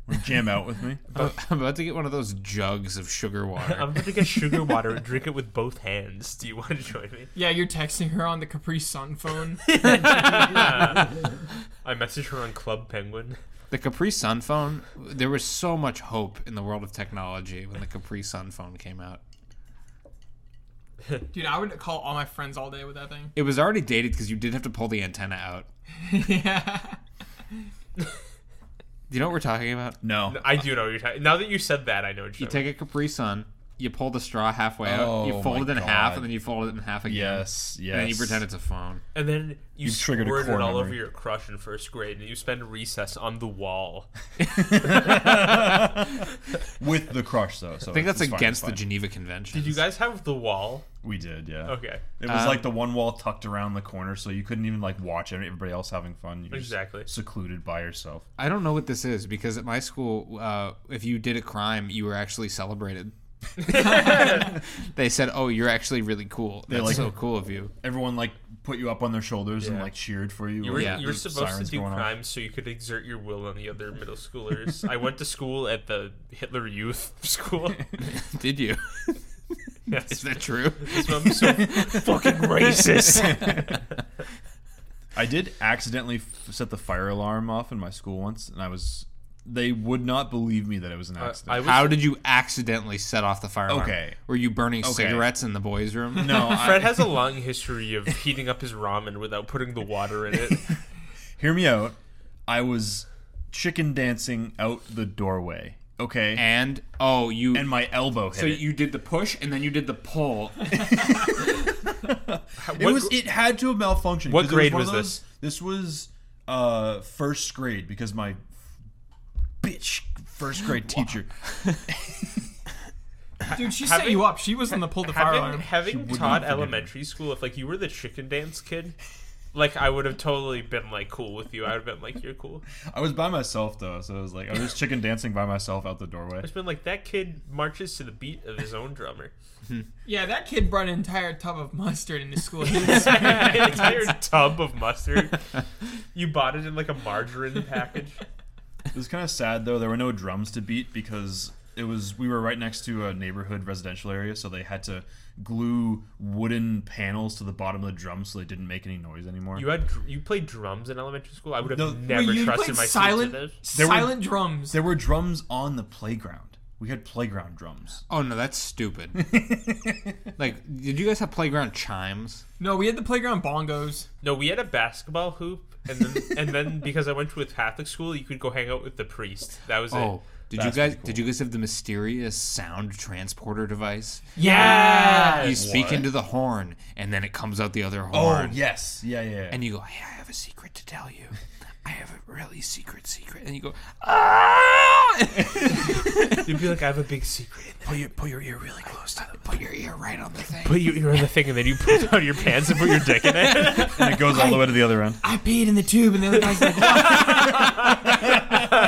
Speaker 3: Jam out with me.
Speaker 1: I'm about to get one of those jugs of sugar water.
Speaker 2: I'm about to get sugar water and drink it with both hands. Do you want to join me?
Speaker 4: Yeah, you're texting her on the Capri Sun phone.
Speaker 2: I messaged her on Club Penguin.
Speaker 1: The Capri Sun phone, there was so much hope in the world of technology when the Capri Sun phone came out.
Speaker 4: Dude, I would call all my friends all day with that thing.
Speaker 1: It was already dated because you did have to pull the antenna out.
Speaker 4: yeah.
Speaker 1: Do you know what we're talking about?
Speaker 3: No.
Speaker 2: I do know what you're talking. Now that you said that, I know what
Speaker 1: You
Speaker 2: you're
Speaker 1: take a Capri Sun, you pull the straw halfway out, you
Speaker 3: Oh
Speaker 1: fold it
Speaker 3: my
Speaker 1: in half,
Speaker 3: God.
Speaker 1: and then you fold it in half again.
Speaker 3: Yes. Yes.
Speaker 1: And then you pretend it's a phone.
Speaker 2: And then you
Speaker 3: You've triggered a
Speaker 2: squirt it
Speaker 3: core
Speaker 2: all
Speaker 3: memory.
Speaker 2: over your crush in first grade, and you spend recess on the wall.
Speaker 3: with the crush though. So
Speaker 1: I think that's
Speaker 3: it's fine,
Speaker 1: against
Speaker 3: it's fine.
Speaker 1: the Geneva Convention.
Speaker 2: Did you guys have the wall?
Speaker 3: We did, yeah.
Speaker 2: Okay,
Speaker 3: It was
Speaker 1: Um,
Speaker 3: like the one wall tucked around the corner, so you couldn't even like watch everybody else having fun. You were just
Speaker 2: Exactly.
Speaker 3: secluded by yourself.
Speaker 1: I don't know what this is because at my school, uh, if you did a crime, you were actually celebrated. they said, "Oh, you're actually really cool. That's
Speaker 3: like-
Speaker 1: so cool of you."
Speaker 3: Everyone like put you up on their shoulders and
Speaker 2: Yeah.
Speaker 3: like cheered for you.
Speaker 2: you were,
Speaker 1: Yeah.
Speaker 2: you were
Speaker 3: There's
Speaker 2: supposed to
Speaker 3: sirens
Speaker 2: do
Speaker 3: going off.
Speaker 2: crime so you could exert your will on the other middle schoolers. I went to school at the Hitler Youth School.
Speaker 1: Did you?
Speaker 2: Yes,
Speaker 1: Is that true?
Speaker 2: that's why I'm Um, so fucking racist.
Speaker 3: I did accidentally f- set the fire alarm off in my school once, and I was They would not believe me that it was an accident.
Speaker 2: I was,
Speaker 1: How did you accidentally set off the fire alarm?
Speaker 3: Okay.
Speaker 1: Were you burning cigarettes in the boys' room?
Speaker 3: no, I,
Speaker 2: Fred has a long history of heating up his ramen without putting the water in it.
Speaker 3: hear me out. I was chicken dancing out the doorway. Okay, and,
Speaker 1: And oh, you.
Speaker 3: my elbow hit
Speaker 1: so
Speaker 3: it.
Speaker 1: you did the push and then you did the pull.
Speaker 3: It was. It had to have malfunctioned.
Speaker 2: What
Speaker 3: 'cause it
Speaker 2: grade
Speaker 3: one
Speaker 2: was
Speaker 3: of those- This was uh, first grade because my bitch first grade teacher.
Speaker 4: Dude, she set
Speaker 2: Having-
Speaker 4: you up. She was on the pull the fire
Speaker 2: having
Speaker 4: alarm.
Speaker 2: having taught elementary school, if like you were the chicken dance kid, like I would have totally been like cool with you. I would have been like, you're cool.
Speaker 3: I was by myself though, so I was like, I was just chicken dancing by myself out the doorway.
Speaker 2: It's been like that kid marches to the beat of his own drummer.
Speaker 4: Yeah, that kid brought an entire tub of mustard into school.
Speaker 2: An entire tub of mustard. You bought it in like a margarine package.
Speaker 3: It was kind of sad though. There were no drums to beat because it was we were right next to a neighborhood residential area, so they had to glue wooden panels to the bottom of the drums so they didn't make any noise anymore.
Speaker 2: You had dr- you played drums in elementary school. I would have
Speaker 3: No,
Speaker 2: never
Speaker 4: Wait, you
Speaker 2: trusted
Speaker 4: played
Speaker 2: my
Speaker 4: silent,
Speaker 2: kids to this.
Speaker 3: There were-
Speaker 4: silent drums.
Speaker 3: there were drums on the playground. We had playground drums.
Speaker 1: Oh no, that's stupid. like, did you guys have playground chimes?
Speaker 4: No, we had the playground bongos.
Speaker 2: No, we had a basketball hoop, and then and then because I went to a Catholic school, you could go hang out with the priest. That was it.
Speaker 1: Oh, did you
Speaker 3: That's
Speaker 1: guys?
Speaker 3: pretty cool.
Speaker 1: Did you guys have the mysterious sound transporter device?
Speaker 4: Yeah.
Speaker 1: You speak
Speaker 3: What?
Speaker 1: into the horn, and then it comes out the other horn.
Speaker 3: yes, Oh, yeah, yeah. yeah.
Speaker 1: And you go, "Hey, I have a secret to tell you. I have a really secret secret." And you go, "Ah!"
Speaker 2: You'd be like, I have a big secret.
Speaker 1: put your put your ear really close to the. Put your ear right on the thing.
Speaker 2: Put your ear on the thing, and then you pull down your pants and put your dick in it.
Speaker 3: and it goes all the way to the other end.
Speaker 4: I peed in the tube, and the other guy's like,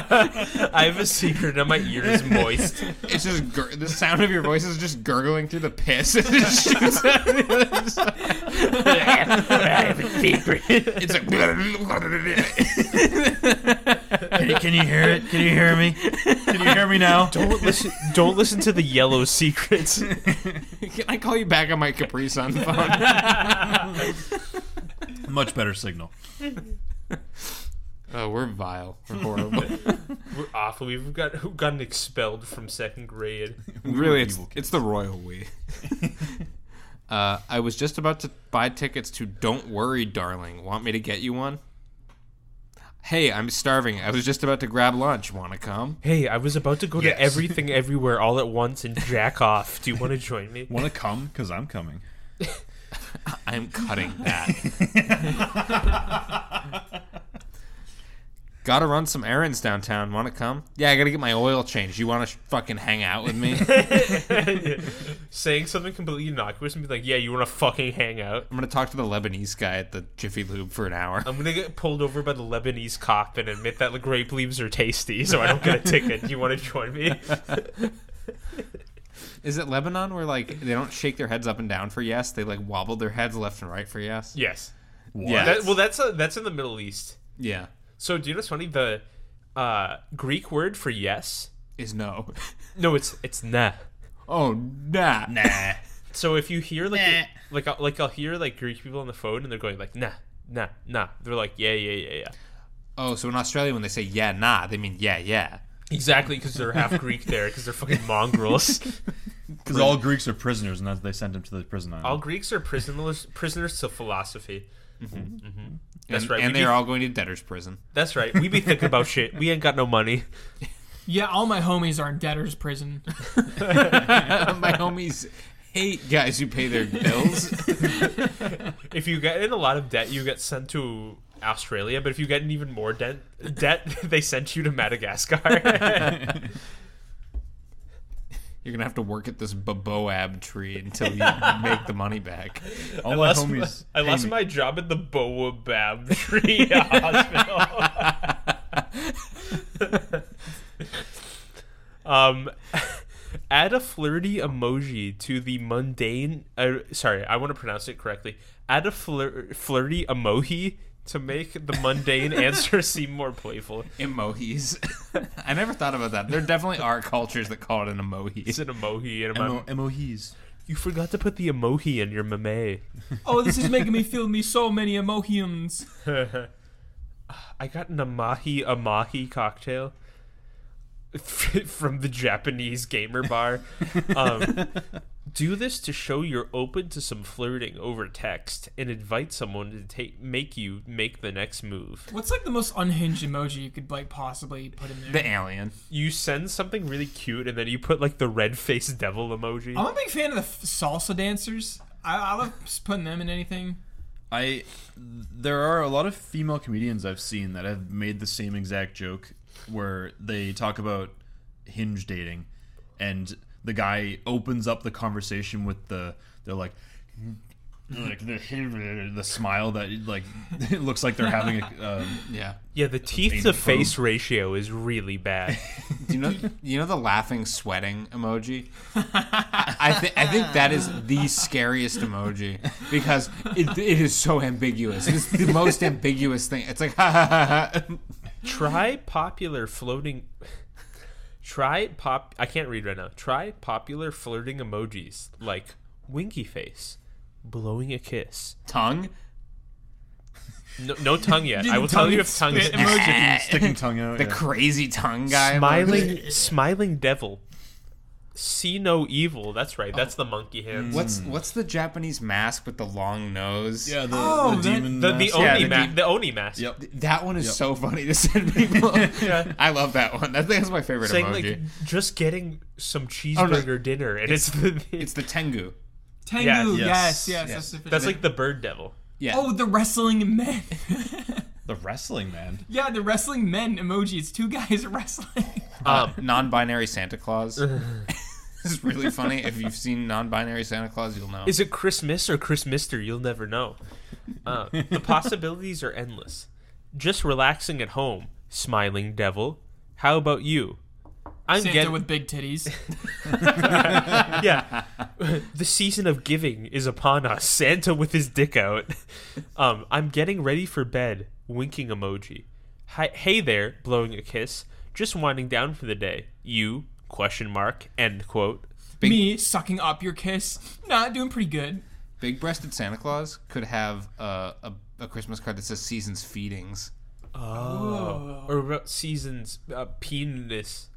Speaker 4: "What?"
Speaker 2: I have a secret, and my ear is moist.
Speaker 1: It's just gur- the sound of your voice is just gurgling through the piss. and it shoots out the other side. It's like
Speaker 3: Can you, can you hear it? Can you hear me? Can you hear me now?
Speaker 2: Don't listen. Don't listen to the yellow secrets.
Speaker 1: Can I call you back on my Capri Sun phone?
Speaker 3: Much better signal.
Speaker 1: oh, we're vile. We're horrible.
Speaker 2: We're awful. We've got who gotten expelled from second grade.
Speaker 1: really, it's, it's the royal we. uh, I was just about to buy tickets to Don't Worry, Darling. Want me to get you one? Hey, I'm starving. I was just about to grab lunch. Want to come?
Speaker 2: Hey, I was about to go
Speaker 3: Yes.
Speaker 2: to everything, everywhere, all at once, and jack off. Do you want to join me?
Speaker 3: Want to come? Because I'm coming.
Speaker 1: I'm cutting that. gotta run some errands downtown. Want to come? Yeah, I gotta get my oil changed. You want to sh- fucking hang out with me? I'm
Speaker 2: Saying something completely innocuous and be like, "Yeah, you want to fucking hang out."
Speaker 1: gonna talk to the Lebanese guy at the Jiffy Lube for an hour.
Speaker 2: I'm gonna get pulled over by the Lebanese cop and admit that the grape leaves are tasty, so I don't get a ticket. Do you want to join me?
Speaker 1: Is it Lebanon where like they don't shake their heads up and down for yes? They like wobble their heads left and right for yes.
Speaker 2: Yes.
Speaker 1: Yeah.
Speaker 2: That, well, that's uh that's in the Middle East.
Speaker 1: Yeah.
Speaker 2: So, do you know what's funny? The uh, Greek word for yes,
Speaker 1: Is no.
Speaker 2: no, it's it's nah.
Speaker 1: Oh nah.
Speaker 3: Nah.
Speaker 2: So if you hear like
Speaker 3: Nah.
Speaker 2: like I'll- like I'll hear like Greek people on the phone and they're going like nah nah nah. They're like yeah yeah yeah yeah.
Speaker 1: Oh, so in Australia when they say yeah nah, they mean yeah yeah.
Speaker 2: Exactly, because they're half Greek there, because they're fucking mongrels.
Speaker 3: Because all Greeks are prisoners, and that's they sent him to the prison island.
Speaker 2: all Greeks are prisoners prisoners to philosophy. That's
Speaker 1: Mm-hmm. and,
Speaker 2: right,
Speaker 1: And
Speaker 2: we
Speaker 1: they're
Speaker 2: do-
Speaker 1: all going to debtor's prison.
Speaker 2: That's right. We be thinking about shit. We ain't got no money.
Speaker 4: yeah, all my homies are in debtor's prison.
Speaker 1: My homies hate guys who pay their bills.
Speaker 2: If you get in a lot of debt, you get sent to Australia. But if you get in even more debt, debt they sent you to Madagascar.
Speaker 1: You're gonna have to work at this baboab tree until you make the money back.
Speaker 3: all
Speaker 2: I
Speaker 3: my
Speaker 2: lost, my,
Speaker 3: homies.
Speaker 2: I
Speaker 3: hate
Speaker 2: lost
Speaker 3: me.
Speaker 2: my job at the Boabab Tree Hospital. um, add a flirty emoji to the mundane. Uh, sorry, I want to pronounce it correctly. Add a flir- flirty emoji to make the mundane answer seem more playful.
Speaker 1: Emojis. I never thought about that. There definitely are cultures that call it an emoji.
Speaker 2: It's an emoji, and
Speaker 3: Mo-
Speaker 2: I'm,
Speaker 3: Emohis.
Speaker 2: you forgot to put the emoji in your meme.
Speaker 4: Oh, this is making me feel me so many emotions.
Speaker 2: I got an amahi amahi cocktail. from the Japanese gamer bar. Um, do this to show you're open to some flirting over text and invite someone to take make you make the next move.
Speaker 4: What's like the most unhinged emoji you could like possibly put in there?
Speaker 1: The alien.
Speaker 2: You send something really cute and then you put like the red faced devil emoji.
Speaker 4: I'm a big fan of the f- salsa dancers. I, I love just putting them in anything.
Speaker 3: I there are a lot of female comedians I've seen that have made the same exact joke where they talk about hinge dating and the guy opens up the conversation with the they're like like the, the smile that like it looks like they're having a um,
Speaker 1: Yeah.
Speaker 2: Yeah, the teeth to face ratio is really bad.
Speaker 1: Do you know you know the laughing sweating emoji? I think I think that is the scariest emoji because it, it is so ambiguous. It's the most ambiguous thing. It's like ha ha ha. ha.
Speaker 2: Try popular floating. Try pop. I can't read right now. Try popular flirting emojis like winky face, blowing a kiss.
Speaker 1: tongue.
Speaker 2: No, no tongue yet. I will tell you if tongue is
Speaker 4: Spit emoji.
Speaker 3: sticking tongue out.
Speaker 1: The
Speaker 3: yeah.
Speaker 1: crazy tongue guy. emoji.
Speaker 2: smiling. smiling devil. See no evil. That's right. That's the monkey hands.
Speaker 1: What's what's the Japanese mask with the long nose?
Speaker 3: yeah, the, the
Speaker 4: Oh, that-
Speaker 3: demon
Speaker 2: The, the
Speaker 3: mask.
Speaker 2: oni
Speaker 1: the
Speaker 2: ma-
Speaker 1: deep-
Speaker 2: the oni mask.
Speaker 3: Yep.
Speaker 1: That one is so funny to send people. I love that one. That thing's my favorite
Speaker 2: Saying
Speaker 1: emoji.
Speaker 2: like just getting some
Speaker 1: no.
Speaker 2: cheeseburger dinner, and it's, the
Speaker 1: it's the Tengu.
Speaker 4: Tengu,
Speaker 2: Yes.
Speaker 4: yes, yes,
Speaker 3: Yes.
Speaker 4: That's, the
Speaker 2: that's
Speaker 4: official-
Speaker 2: like the bird devil.
Speaker 1: Yeah.
Speaker 4: oh, the wrestling men.
Speaker 3: the wrestling man.
Speaker 4: yeah, the wrestling men emoji. It's two guys wrestling.
Speaker 1: Uh, non-binary Santa Claus. It's really funny. If you've seen non-binary Santa Claus, you'll know.
Speaker 2: Is it Christmas or Christmister? You'll never know. Uh, the possibilities are endless. Just relaxing at home, smiling devil. How about you? I'm
Speaker 4: Santa
Speaker 2: getting
Speaker 4: with big titties.
Speaker 2: yeah. the season of giving is upon us. Santa with his dick out. Um, I'm getting ready for bed. Winking emoji. Hi, hey there, blowing a kiss. Just winding down for the day. You question mark end quote.
Speaker 4: Me sucking up your kiss. Nah, doing pretty good.
Speaker 1: Big-breasted Santa Claus could have uh, a, a Christmas card that says "Seasons Feedings."
Speaker 2: Oh. Or about seasons uh, penis.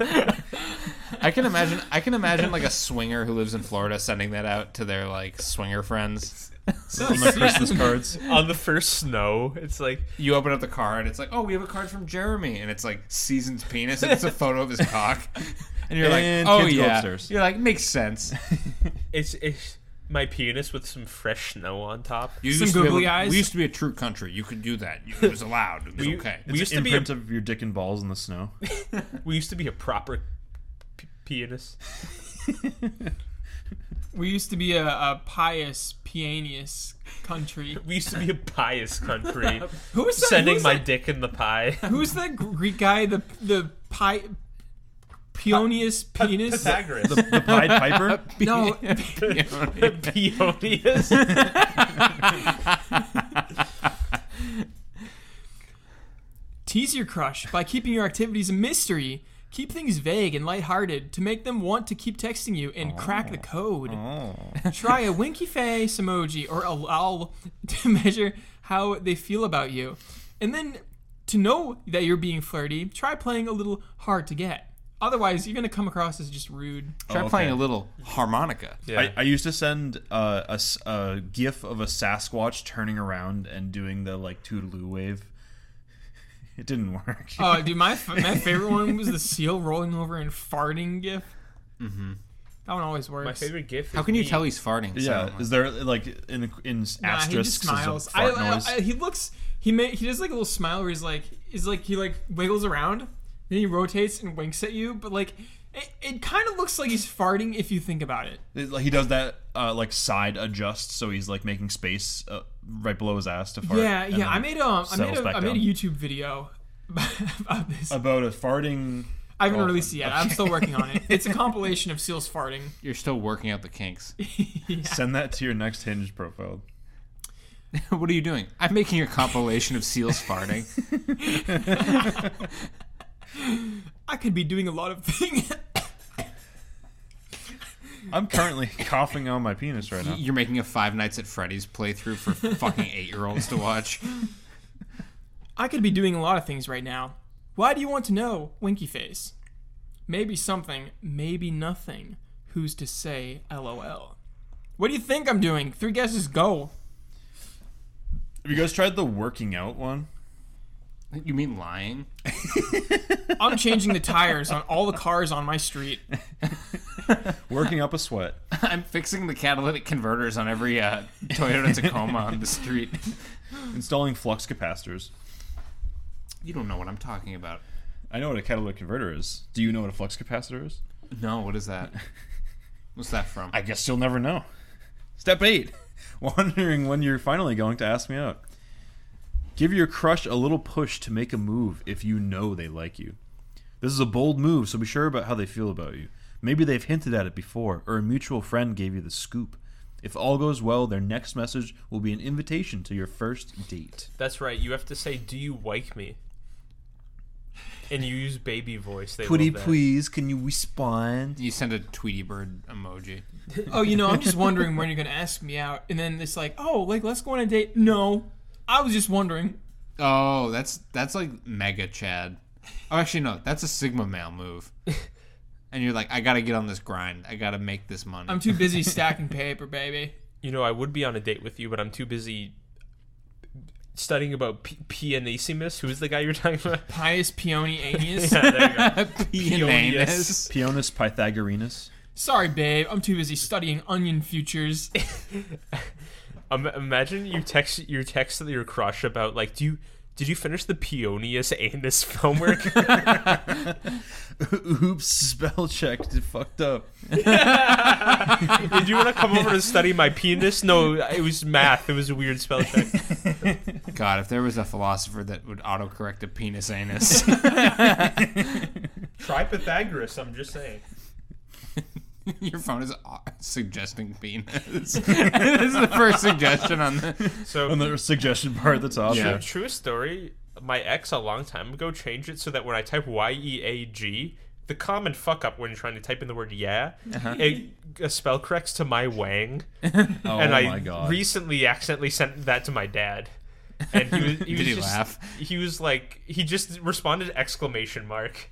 Speaker 1: I can imagine. I can imagine like a swinger who lives in Florida sending that out to their like swinger friends.
Speaker 3: On the Christmas cards.
Speaker 2: on the first snow. It's like
Speaker 1: You open up the card. It's like, oh, we have a card from Jeremy, and it's like Seasons Penis, and it's a photo of his cock. And you're
Speaker 3: And
Speaker 1: like, oh
Speaker 3: kids go
Speaker 1: yeah.
Speaker 3: upstairs.
Speaker 1: You're like, makes sense.
Speaker 2: it's it's my penis with some fresh snow on top.
Speaker 1: You
Speaker 4: Some
Speaker 1: used to be
Speaker 4: googly
Speaker 1: able-
Speaker 4: eyes.
Speaker 1: We used to be a true country. You could do that. It was allowed. It was
Speaker 2: We-
Speaker 1: okay.
Speaker 2: we
Speaker 3: It's
Speaker 2: used
Speaker 3: an
Speaker 2: to be a,
Speaker 3: imprint of your dick and balls in the snow.
Speaker 2: we used to be a proper p- penis.
Speaker 4: We used to be a, a pious, pianius country.
Speaker 2: We used to be a pious country.
Speaker 4: Who was that?
Speaker 2: Sending
Speaker 4: who's
Speaker 2: my
Speaker 4: That,
Speaker 2: dick in the pie.
Speaker 4: who's that Greek guy? The the pi, pionius penis.
Speaker 2: Pythagoras.
Speaker 3: The, the Pied Piper.
Speaker 4: No,
Speaker 2: Peonius.
Speaker 4: Tease your crush by keeping your activities a mystery. Keep things vague and lighthearted to make them want to keep texting you and crack the code. Try a winky face emoji or a lol to measure how they feel about you. And then to know that you're being flirty, try playing a little hard to get. Otherwise, you're going to come across as just rude.
Speaker 1: Try
Speaker 3: Oh, okay.
Speaker 1: playing a little harmonica.
Speaker 3: I, I used to send uh, a, s- a gif of a Sasquatch turning around and doing the like toodaloo wave. It didn't work.
Speaker 4: Oh, dude, my, f- my favorite one was the seal rolling over and farting gif. Mm-hmm. That one always works.
Speaker 2: my favorite gift.
Speaker 1: How can you tell he's farting?
Speaker 3: yeah,
Speaker 1: silently?
Speaker 3: is there like in in
Speaker 4: Nah,
Speaker 3: asterisks?
Speaker 4: he just
Speaker 3: is a
Speaker 4: smiles. I,
Speaker 3: fart
Speaker 4: I,
Speaker 3: noise?
Speaker 4: I, he looks. He ma- he does like a little smile where he's like, is like he like wiggles around, then he rotates and winks at you. But like, it, it kind of looks like he's farting if you think about it.
Speaker 3: It- like, he does that uh, like side adjust, so he's like making space uh, right below his ass to fart.
Speaker 4: yeah,
Speaker 3: and
Speaker 4: yeah.
Speaker 3: then
Speaker 4: I made um I made
Speaker 3: settles
Speaker 4: a,
Speaker 3: back
Speaker 4: I made a
Speaker 3: down.
Speaker 4: YouTube video about this.
Speaker 3: about a farting.
Speaker 4: I haven't
Speaker 3: well,
Speaker 4: released it yet. I'm still working on it. It's a compilation of seals farting.
Speaker 1: You're still working out the kinks.
Speaker 3: Send that to your next Hinge profile.
Speaker 1: what are you doing? I'm making a compilation of seals farting.
Speaker 4: I could be doing a lot of things.
Speaker 3: I'm currently coughing on my penis right now.
Speaker 1: You're making a Five Nights at Freddy's playthrough for fucking eight year olds to watch.
Speaker 4: I could be doing a lot of things right now. Why do you want to know, Winky Face? Maybe something, maybe nothing. Who's to say, lol? What do you think I'm doing? Three guesses go.
Speaker 3: Have you guys tried the working out one?
Speaker 1: You mean lying?
Speaker 4: I'm changing the tires on all the cars on my street.
Speaker 3: Working up a sweat.
Speaker 1: I'm fixing the catalytic converters on every uh, Toyota Tacoma on the street.
Speaker 3: Installing flux capacitors.
Speaker 1: You don't know what I'm talking about.
Speaker 3: I know what a catalytic converter is. Do you know what a flux capacitor is?
Speaker 1: No, what is that? What's that from?
Speaker 3: I guess you'll never know. Step eight. Wondering when you're finally going to ask me out. Give your crush a little push to make a move if you know they like you. This is a bold move, so be sure about how they feel about you. Maybe they've hinted at it before, or a mutual friend gave you the scoop. If all goes well, their next message will be an invitation to your first date.
Speaker 2: That's right. You have to say, "Do you like me?" And you use baby voice. They
Speaker 3: Pretty
Speaker 2: love that.
Speaker 3: please, can you respond?
Speaker 1: you send a Tweety Bird emoji.
Speaker 4: Oh, you know, I'm just wondering when you're gonna ask me out, and then it's like, oh, like let's go on a date. No, I was just wondering.
Speaker 1: Oh, that's that's like mega Chad. Oh, actually no, that's a Sigma male move. And you're like, I gotta get on this grind. I gotta make this money.
Speaker 4: I'm too busy stacking paper, baby.
Speaker 2: You know, I would be on a date with you, but I'm too busy studying about P- Pianesimus. Who is the guy you're talking about?
Speaker 4: Pious peony anus.
Speaker 2: Yeah, there you go.
Speaker 1: Peonius.
Speaker 3: Peonus Pythagoreanus.
Speaker 4: Sorry, babe. I'm too busy studying onion futures.
Speaker 2: Um, imagine you text you text your crush about like, do you did you finish the Peonius anus homework?
Speaker 3: Oops, spell checked. It fucked up.
Speaker 2: did you want to come over to study my penis? No, it was math. It was a weird spell check.
Speaker 1: God, if there was a philosopher that would autocorrect a penis anus.
Speaker 2: Try Pythagoras. I'm just saying.
Speaker 1: Your phone is au- suggesting penis. this is the first suggestion on the.
Speaker 2: So
Speaker 3: On the suggestion bar at the top.
Speaker 1: Yeah.
Speaker 2: True, true story. My ex a long time ago changed it so that when I type Y E A G, the common fuck up when you're trying to type in the word yeah, it a spell corrects to my wang.
Speaker 3: Oh
Speaker 2: and I
Speaker 3: my god.
Speaker 2: recently accidentally sent that to my dad. And he was, he was
Speaker 1: Did he
Speaker 2: just,
Speaker 1: laugh?
Speaker 2: He was like, he just responded exclamation mark.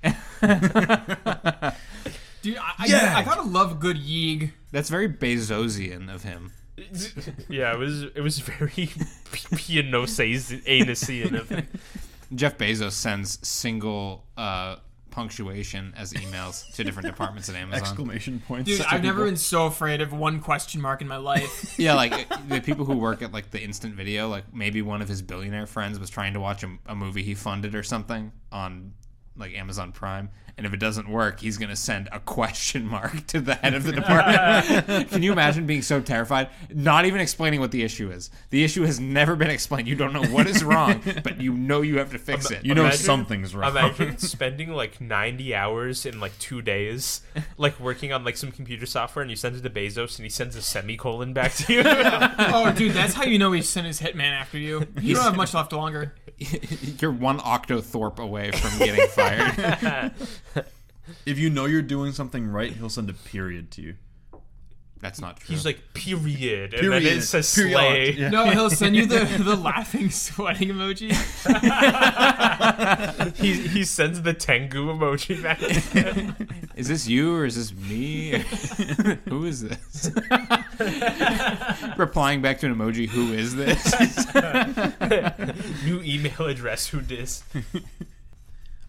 Speaker 4: Dude, I, I,
Speaker 3: Yeah.
Speaker 4: I gotta love good yeeg.
Speaker 1: That's very Bezosian of him.
Speaker 2: yeah, it was it was very pianose anusian of him.
Speaker 1: Jeff Bezos sends single uh, punctuation as emails to different departments at Amazon.
Speaker 3: Exclamation points.
Speaker 4: Dude,
Speaker 3: to
Speaker 4: I've never
Speaker 3: people.
Speaker 4: been so afraid of one question mark in my life.
Speaker 1: yeah, like the people who work at like the instant video, like maybe one of his billionaire friends was trying to watch a, a movie he funded or something on like Amazon Prime, and if it doesn't work, he's gonna send a question mark to the head of the department. Can you imagine being so terrified? Not even explaining what the issue is. The issue has never been explained. You don't know what is wrong, but you know you have to fix it.
Speaker 3: You know
Speaker 2: Imagine-
Speaker 3: something's wrong.
Speaker 2: Imagine spending like 90 hours in like two days, like working on like some computer software, and you send it to Bezos, and he sends a semicolon back to you.
Speaker 4: oh, dude, that's how you know he sent his hitman after you. You don't have much left longer.
Speaker 1: You're one octothorpe away from getting fired.
Speaker 3: if you know you're doing something right, he'll send a period to you.
Speaker 1: That's not true.
Speaker 2: He's like, period, and
Speaker 3: Period.
Speaker 2: then it says
Speaker 3: Period.
Speaker 2: slay.
Speaker 3: Yeah.
Speaker 4: No, he'll send you the, the laughing, sweating emoji.
Speaker 2: He he sends the Tengu emoji back.
Speaker 1: is this you or is this me? who is this? Replying back to an emoji, who is this?
Speaker 2: New email address. Who dis? Do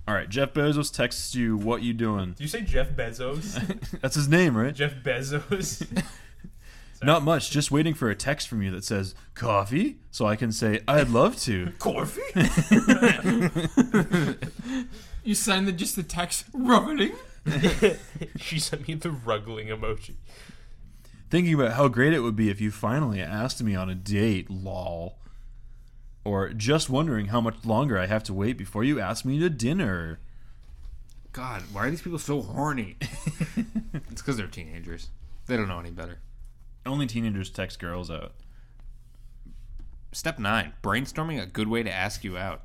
Speaker 3: All right, Jeff Bezos texts you, "What you doing?"
Speaker 2: you say Jeff Bezos?
Speaker 3: That's his name, right?
Speaker 2: Jeff Bezos.
Speaker 3: Not much. Just waiting for a text from you that says "coffee," so I can say, "I'd love to."
Speaker 2: Corfy.
Speaker 4: You send the, just the text, rubbing.
Speaker 2: she sent me the ruggling emoji.
Speaker 3: Thinking about how great it would be if you finally asked me on a date, lol. Or just wondering how much longer I have to wait before you ask me to dinner.
Speaker 1: God, why are these people so horny? it's because they're teenagers. They don't know any better.
Speaker 3: Only teenagers text girls out.
Speaker 1: Step nine: brainstorming a good way to ask you out.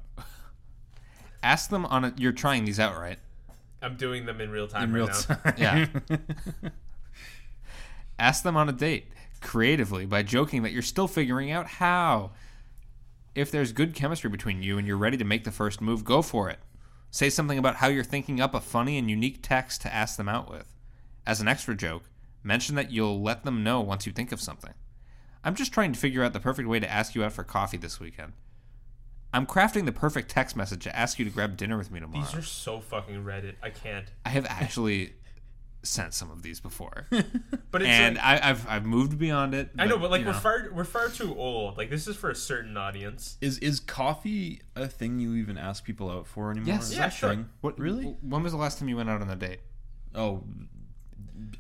Speaker 1: Ask them on a. You're trying these out, right?
Speaker 2: I'm doing them in real time
Speaker 3: In
Speaker 2: right
Speaker 3: real
Speaker 2: now.
Speaker 3: time.
Speaker 1: Yeah. Ask them on a date creatively by joking that you're still figuring out how. If there's good chemistry between you and you're ready to make the first move, go for it. Say something about how you're thinking up a funny and unique text to ask them out with. As an extra joke, mention that you'll let them know once you think of something. I'm just trying to figure out the perfect way to ask you out for coffee this weekend. I'm crafting the perfect text message to ask you to grab dinner with me tomorrow.
Speaker 2: These are so fucking Reddit. I can't.
Speaker 1: I have actually sent some of these before,
Speaker 2: But it's
Speaker 1: and
Speaker 2: like,
Speaker 1: I, I've I've moved beyond it.
Speaker 2: I know, but like
Speaker 1: you
Speaker 2: we're
Speaker 1: know.
Speaker 2: far we're far too old. Like this is for a certain audience.
Speaker 3: Is is coffee a thing you even ask people out for anymore?
Speaker 1: Yes.
Speaker 3: Is
Speaker 1: Yeah,
Speaker 3: that a
Speaker 2: sure.
Speaker 3: thing?
Speaker 1: What
Speaker 3: really?
Speaker 1: When was the last time you went out on a date?
Speaker 3: Oh,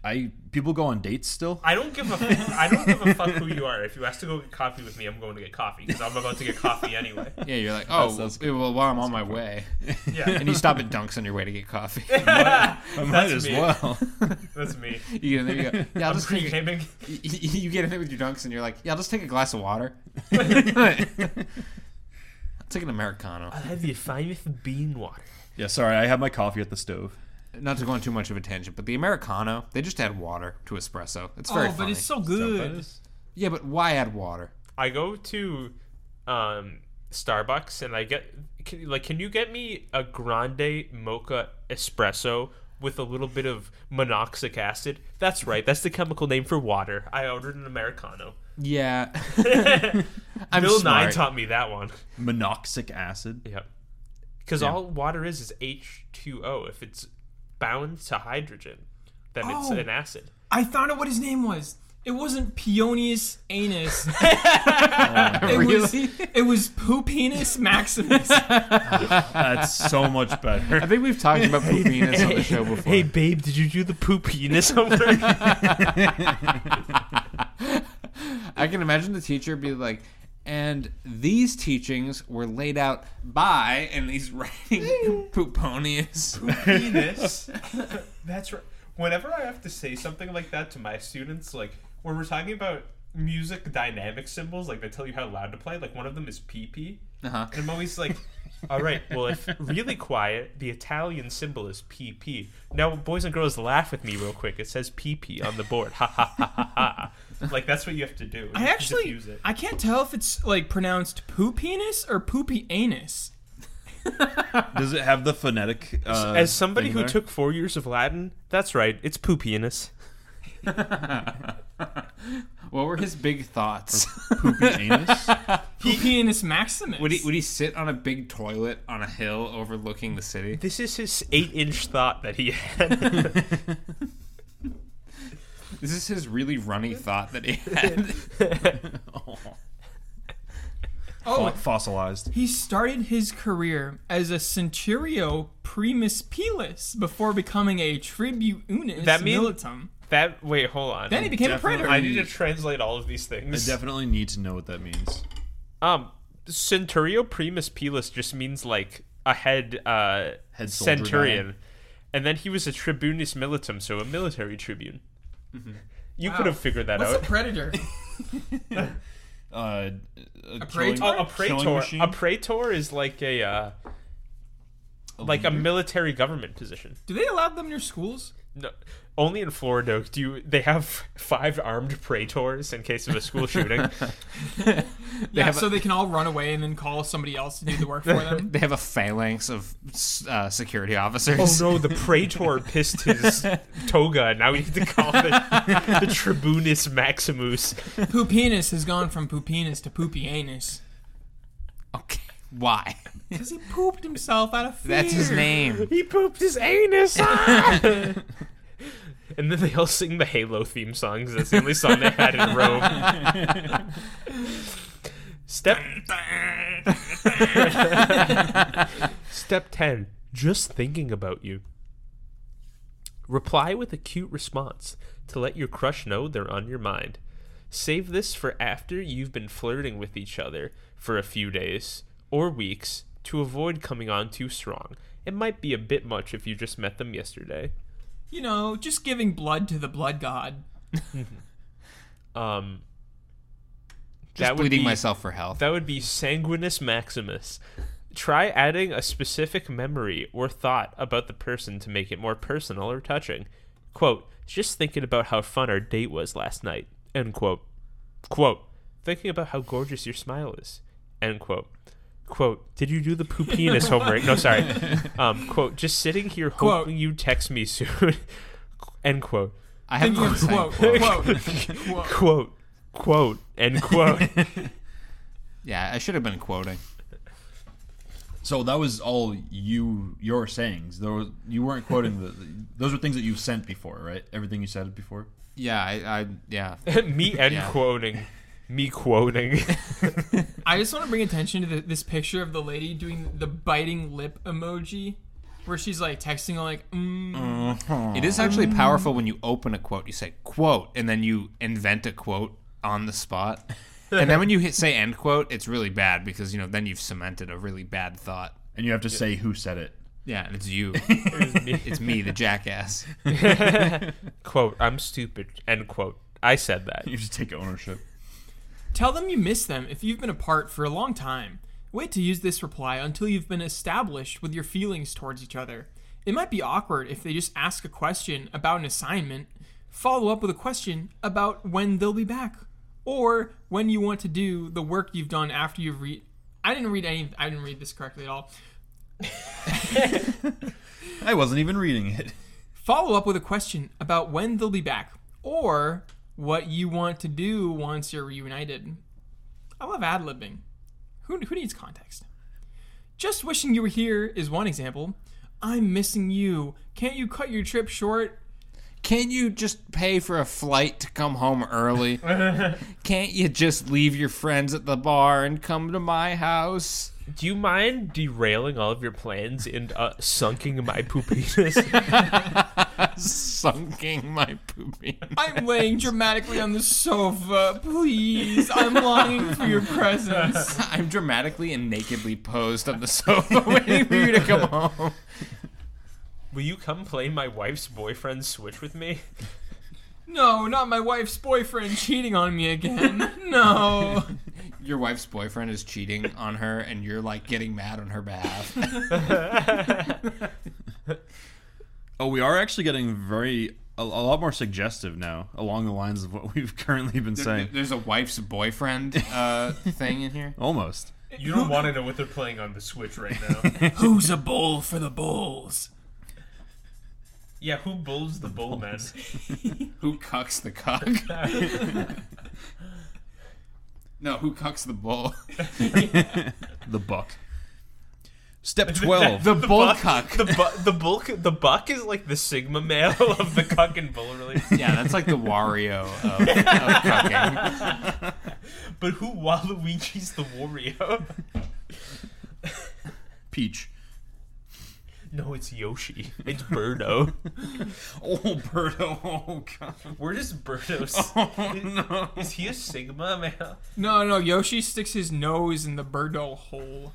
Speaker 3: I people go on dates still.
Speaker 2: I don't give a f- I don't give a fuck who you are. If you ask to go get coffee with me, I'm going to get coffee because I'm about to get coffee anyway.
Speaker 1: Yeah, you're like, oh,
Speaker 3: sounds
Speaker 1: well, well, while I'm on my way,
Speaker 2: Yeah,
Speaker 1: and you stop at Dunks on your way to get coffee.
Speaker 3: I might
Speaker 2: that's
Speaker 3: as
Speaker 2: me.
Speaker 3: well.
Speaker 2: that's me.
Speaker 1: you get in there, you go, yeah, I'll
Speaker 2: I'm
Speaker 1: just take a,
Speaker 2: pre-gaming.
Speaker 1: you, you get in there with your Dunks, and you're like, yeah, I'll just take a glass of water. I'll take an americano.
Speaker 2: have you fine with bean water?
Speaker 3: yeah, sorry, I have my coffee at the stove.
Speaker 1: Not to go on too much of a tangent, but the americano, they just add water to espresso. It's very
Speaker 4: oh, but
Speaker 1: funny.
Speaker 4: it's so good.
Speaker 1: yeah, but why add water?
Speaker 2: I go to um, Starbucks and I get can, like, can you get me a grande mocha espresso with a little bit of monoxic acid? That's right. That's the chemical name for water. I ordered an americano.
Speaker 1: Yeah, I'm
Speaker 2: Bill Nye
Speaker 1: smart.
Speaker 2: taught me that one.
Speaker 3: Monoxic acid.
Speaker 2: Yep. Because all water is is H2O. If it's bound to hydrogen, then it's
Speaker 4: Oh.
Speaker 2: an acid.
Speaker 4: I found out what his name was. It wasn't Peonius Anus. it was
Speaker 1: Oh, Really?
Speaker 4: it was Poopinus Maximus.
Speaker 3: That's so much better.
Speaker 1: I think we've talked about Pupinus on the show before.
Speaker 2: babe, did you do the poo penis over?
Speaker 1: I can imagine the teacher be like, and these teachings were laid out by, and he's writing Pooponius.
Speaker 2: penis. That's right. Whenever I have to say something like that to my students, like when we're talking about music dynamic symbols, like they tell you how loud to play, like one of them is pee pee.
Speaker 1: Uh-huh.
Speaker 2: And I'm always like, all right, well, if really quiet, the Italian symbol is PP. Now, boys and girls, laugh with me real quick. It says PP on the board. Ha ha ha ha ha. Like, that's what you have to do. You
Speaker 4: I
Speaker 2: have to
Speaker 4: actually
Speaker 2: diffuse it.
Speaker 4: I can't tell if it's like pronounced Poopinus or Poopy Anus.
Speaker 3: Does it have the phonetic? Uh,
Speaker 2: As somebody
Speaker 3: thing
Speaker 2: who
Speaker 3: there?
Speaker 2: took four years of Latin, that's right, it's Poopianus.
Speaker 1: What were his big thoughts?
Speaker 3: poopy anus,
Speaker 4: Poopinus Maximus.
Speaker 1: would he would he sit on a big toilet on a hill overlooking the city?
Speaker 2: This is his eight inch thought that he had.
Speaker 1: This is his really runny thought that he had.
Speaker 4: oh,
Speaker 3: fossilized.
Speaker 4: He started his career as a centurio primus pilus before becoming a tribunis
Speaker 2: That mean-
Speaker 4: militum.
Speaker 2: that, wait, hold on.
Speaker 4: Then he became a
Speaker 3: Definitely-
Speaker 4: praetor.
Speaker 2: I need to translate all of these
Speaker 3: I
Speaker 2: things.
Speaker 3: definitely need to know what that means.
Speaker 2: Um, centurio primus pilus just means like a head, uh,
Speaker 3: Head soldier
Speaker 2: centurion, and then he was a tribunus militum, so a military tribune.
Speaker 3: Mm-hmm.
Speaker 2: You could have figured that
Speaker 4: What's a
Speaker 2: out.
Speaker 4: predator?
Speaker 3: Uh, a
Speaker 4: praetor?
Speaker 2: Oh, a
Speaker 3: Killing
Speaker 2: praetor.
Speaker 3: machine?
Speaker 2: A praetor is like a, uh, like a military government position.
Speaker 4: Do they allow them near schools?
Speaker 2: No, only in Florida do you, they have five armed praetors in case of a school shooting.
Speaker 1: They
Speaker 4: yeah,
Speaker 1: have a-
Speaker 4: so they can all run away and then call somebody else to do the work for them.
Speaker 1: They have a phalanx of uh, security officers.
Speaker 2: Oh no, the praetor pissed his toga. Now we need to call it the Tribunus Maximus.
Speaker 4: Poopinus has gone from Poopinus to Poopy anus.
Speaker 1: Okay, why?
Speaker 4: Because he pooped himself out of fear.
Speaker 1: That's his name.
Speaker 2: He pooped his anus. and then they all sing the Halo theme song 'cause that's the only song they had in Rome. Step Step 10. Just thinking about you. Reply with a cute response to let your crush know they're on your mind. Save this for after you've been flirting with each other for a few days or weeks to avoid coming on too strong. It might be a bit much if you just met them yesterday.
Speaker 4: You know, just giving blood to the blood god.
Speaker 2: Um
Speaker 1: Just bleeding
Speaker 2: be,
Speaker 1: myself for health.
Speaker 2: That would be sanguinus maximus. Try adding a specific memory or thought about the person to make it more personal or touching. Quote, just thinking about how fun our date was last night. End quote. Quote, thinking about how gorgeous your smile is. End quote. Quote, did you do the poop penis homework? No, sorry. Um, quote, just sitting here
Speaker 4: Quote.
Speaker 2: hoping you text me soon. End quote.
Speaker 1: I have
Speaker 4: Thinking of
Speaker 1: the
Speaker 4: quote,
Speaker 1: same-
Speaker 4: quote, quote.
Speaker 2: Quote, quote, end quote.
Speaker 1: Yeah, I should have been quoting.
Speaker 3: So that was all you your sayings. Though you weren't quoting the. Those were things that you've sent before, right? Everything you said before.
Speaker 1: Yeah, I, I yeah.
Speaker 2: me end
Speaker 1: Yeah.
Speaker 2: quoting. Me quoting.
Speaker 4: I just want to bring attention to the, this picture of the lady doing the biting lip emoji, where she's like texting like, mm,
Speaker 1: It is actually powerful when you open a quote. You say quote, and then you invent a quote on the spot. And then when you hit say end quote, it's really bad because you know then you've cemented a really bad thought.
Speaker 3: And you have to say who said it.
Speaker 1: Yeah, and it's you.
Speaker 2: me.
Speaker 1: It's me, the jackass.
Speaker 2: quote, I'm stupid. End quote. I said that.
Speaker 3: You just take ownership.
Speaker 4: Tell them you miss them if you've been apart for a long time. Wait to use this reply until you've been established with your feelings towards each other. It might be awkward if they just ask a question about an assignment, follow up with a question about when they'll be back, or when you want to do the work you've done after you've read. I didn't read any. I didn't read this correctly at all.
Speaker 3: I wasn't even reading it.
Speaker 4: Follow up with a question about when they'll be back, or what you want to do once you're reunited. I love ad libbing. Who, who needs context? Just wishing you were here is one example. I'm missing you. Can't you cut your trip short?
Speaker 1: Can you just pay for a flight to come home early? Can't you just leave your friends at the bar and come to my house?
Speaker 2: Do you mind derailing all of your plans and uh, sunking my poopitas?
Speaker 1: Sunking my poopy.
Speaker 4: I'm laying dramatically on the sofa. Please, I'm longing for your presence.
Speaker 1: I'm dramatically and nakedly posed on the sofa waiting for you to come home.
Speaker 2: Will you come play my wife's boyfriend switch with me?
Speaker 4: No, not my wife's boyfriend cheating on me again. No.
Speaker 1: Your wife's boyfriend is cheating on her and you're like getting mad on her behalf.
Speaker 3: Oh, we are actually getting very a, a lot more suggestive now, along the lines of what we've currently been saying.
Speaker 1: There's a wife's boyfriend uh, thing in here.
Speaker 3: Almost.
Speaker 2: You don't want to know what they're playing on the switch right now.
Speaker 4: Who's a bowl for the bowls?
Speaker 2: yeah, who bulls the bull men?
Speaker 1: Who cucks the cock? no, who cucks the bull?
Speaker 3: The buck. Step twelve.
Speaker 1: The, bull
Speaker 2: buck-
Speaker 1: cuck.
Speaker 2: The bu- the bull c- the buck is like the sigma male of the cuck and bull release.
Speaker 1: Yeah, that's like the Wario of, of cucking.
Speaker 2: But who Waluigi's the Wario?
Speaker 3: peach.
Speaker 2: No, it's Yoshi. It's Birdo.
Speaker 3: Oh, Birdo. Oh God. Oh,
Speaker 2: We're just Birdos.
Speaker 3: no.
Speaker 2: Is he a sigma male?
Speaker 4: No, no, Yoshi sticks his nose in the burdo hole.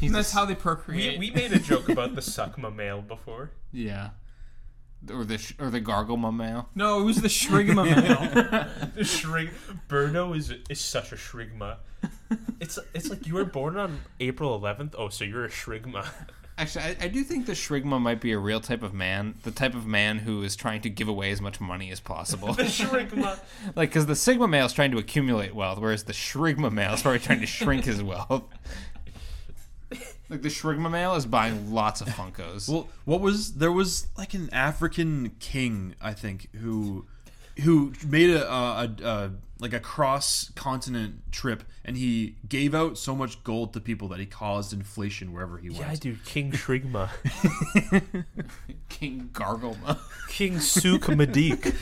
Speaker 4: and that's how they procreate.
Speaker 2: We, we made a joke about the suckma male before.
Speaker 1: Yeah. Or the sh- or the gargle male.
Speaker 4: no, it was the shrigma male.
Speaker 2: The shrig Birdo is is such a shrigma. It's it's like you were born on April 11th. Oh, so you're a shrigma.
Speaker 1: Actually, I, I do think the shrigma might be a real type of man, the type of man who is trying to give away as much money as possible.
Speaker 2: The shrigma.
Speaker 1: like, because the sigma male is trying to accumulate wealth, whereas the shrigma male is probably trying to shrink his wealth. Like the shrigma male is buying lots of Funkos.
Speaker 3: Well, what was there was like an African king, I think, who who made a, uh, a, a like a cross continent trip, and he gave out so much gold to people that he caused inflation wherever he went.
Speaker 2: Yeah, dude, King Shrigma.
Speaker 1: King Garglema.
Speaker 2: King Suk Madik.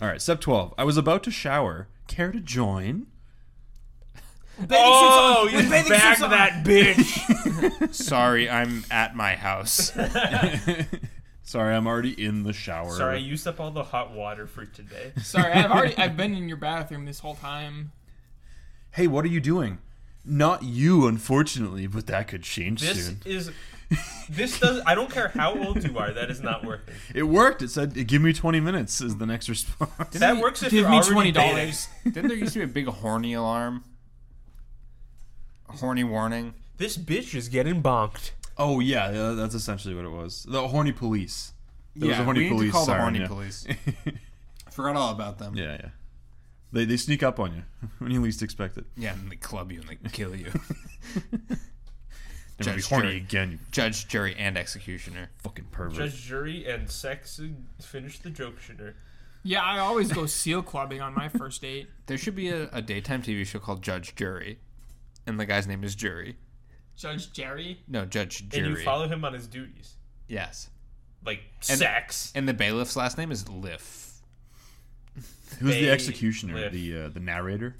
Speaker 3: All right, step twelve. I was about to shower. Care to join?
Speaker 2: Oh, you
Speaker 4: bathing suits
Speaker 2: bagged
Speaker 4: on.
Speaker 2: that bitch.
Speaker 1: Sorry, I'm at my house.
Speaker 3: Sorry, I'm already in the shower.
Speaker 2: Sorry, I used up all the hot water for today.
Speaker 4: Sorry, I've already I've been in your bathroom this whole time.
Speaker 3: Hey, what are you doing? Not you, unfortunately, but that could change
Speaker 2: This
Speaker 3: soon.
Speaker 2: is. This does. I don't care how old you are. That is not working.
Speaker 3: It worked. It said, "Give me 20 minutes." Is the next response.
Speaker 2: That works if
Speaker 4: Give
Speaker 2: you're
Speaker 4: me
Speaker 2: already
Speaker 4: twenty
Speaker 2: dating.
Speaker 4: dollars.
Speaker 1: Didn't there used to be a big horny alarm? A horny warning?
Speaker 2: This bitch is getting bonked.
Speaker 3: Oh yeah, uh, that's essentially what it was. The horny police. There was a
Speaker 1: we
Speaker 3: horny
Speaker 1: need
Speaker 3: police
Speaker 1: to call
Speaker 3: siren,
Speaker 1: the horny
Speaker 3: yeah.
Speaker 1: police. Forgot all about them.
Speaker 3: Yeah, yeah. They, they sneak up on you when you least expect it.
Speaker 1: Yeah, and they club you and they kill you.
Speaker 3: They're gonna be
Speaker 1: Judge
Speaker 3: horny
Speaker 1: jury.
Speaker 3: again, you
Speaker 1: Judge, jury, and executioner.
Speaker 3: fucking pervert.
Speaker 2: Judge, jury, and sex. and Finish the joke shooter.
Speaker 4: Yeah, I always go seal clubbing on my first date.
Speaker 1: There should be a, a daytime TV show called Judge Jury, and the guy's name is Jury.
Speaker 4: Judge Jerry.
Speaker 1: No, Judge Jury.
Speaker 2: And you follow him on his duties,
Speaker 1: yes,
Speaker 2: like sex.
Speaker 1: and the bailiff's last name is Liff.
Speaker 3: Who's the
Speaker 2: They
Speaker 3: executioner?
Speaker 2: live.
Speaker 3: The uh, the narrator.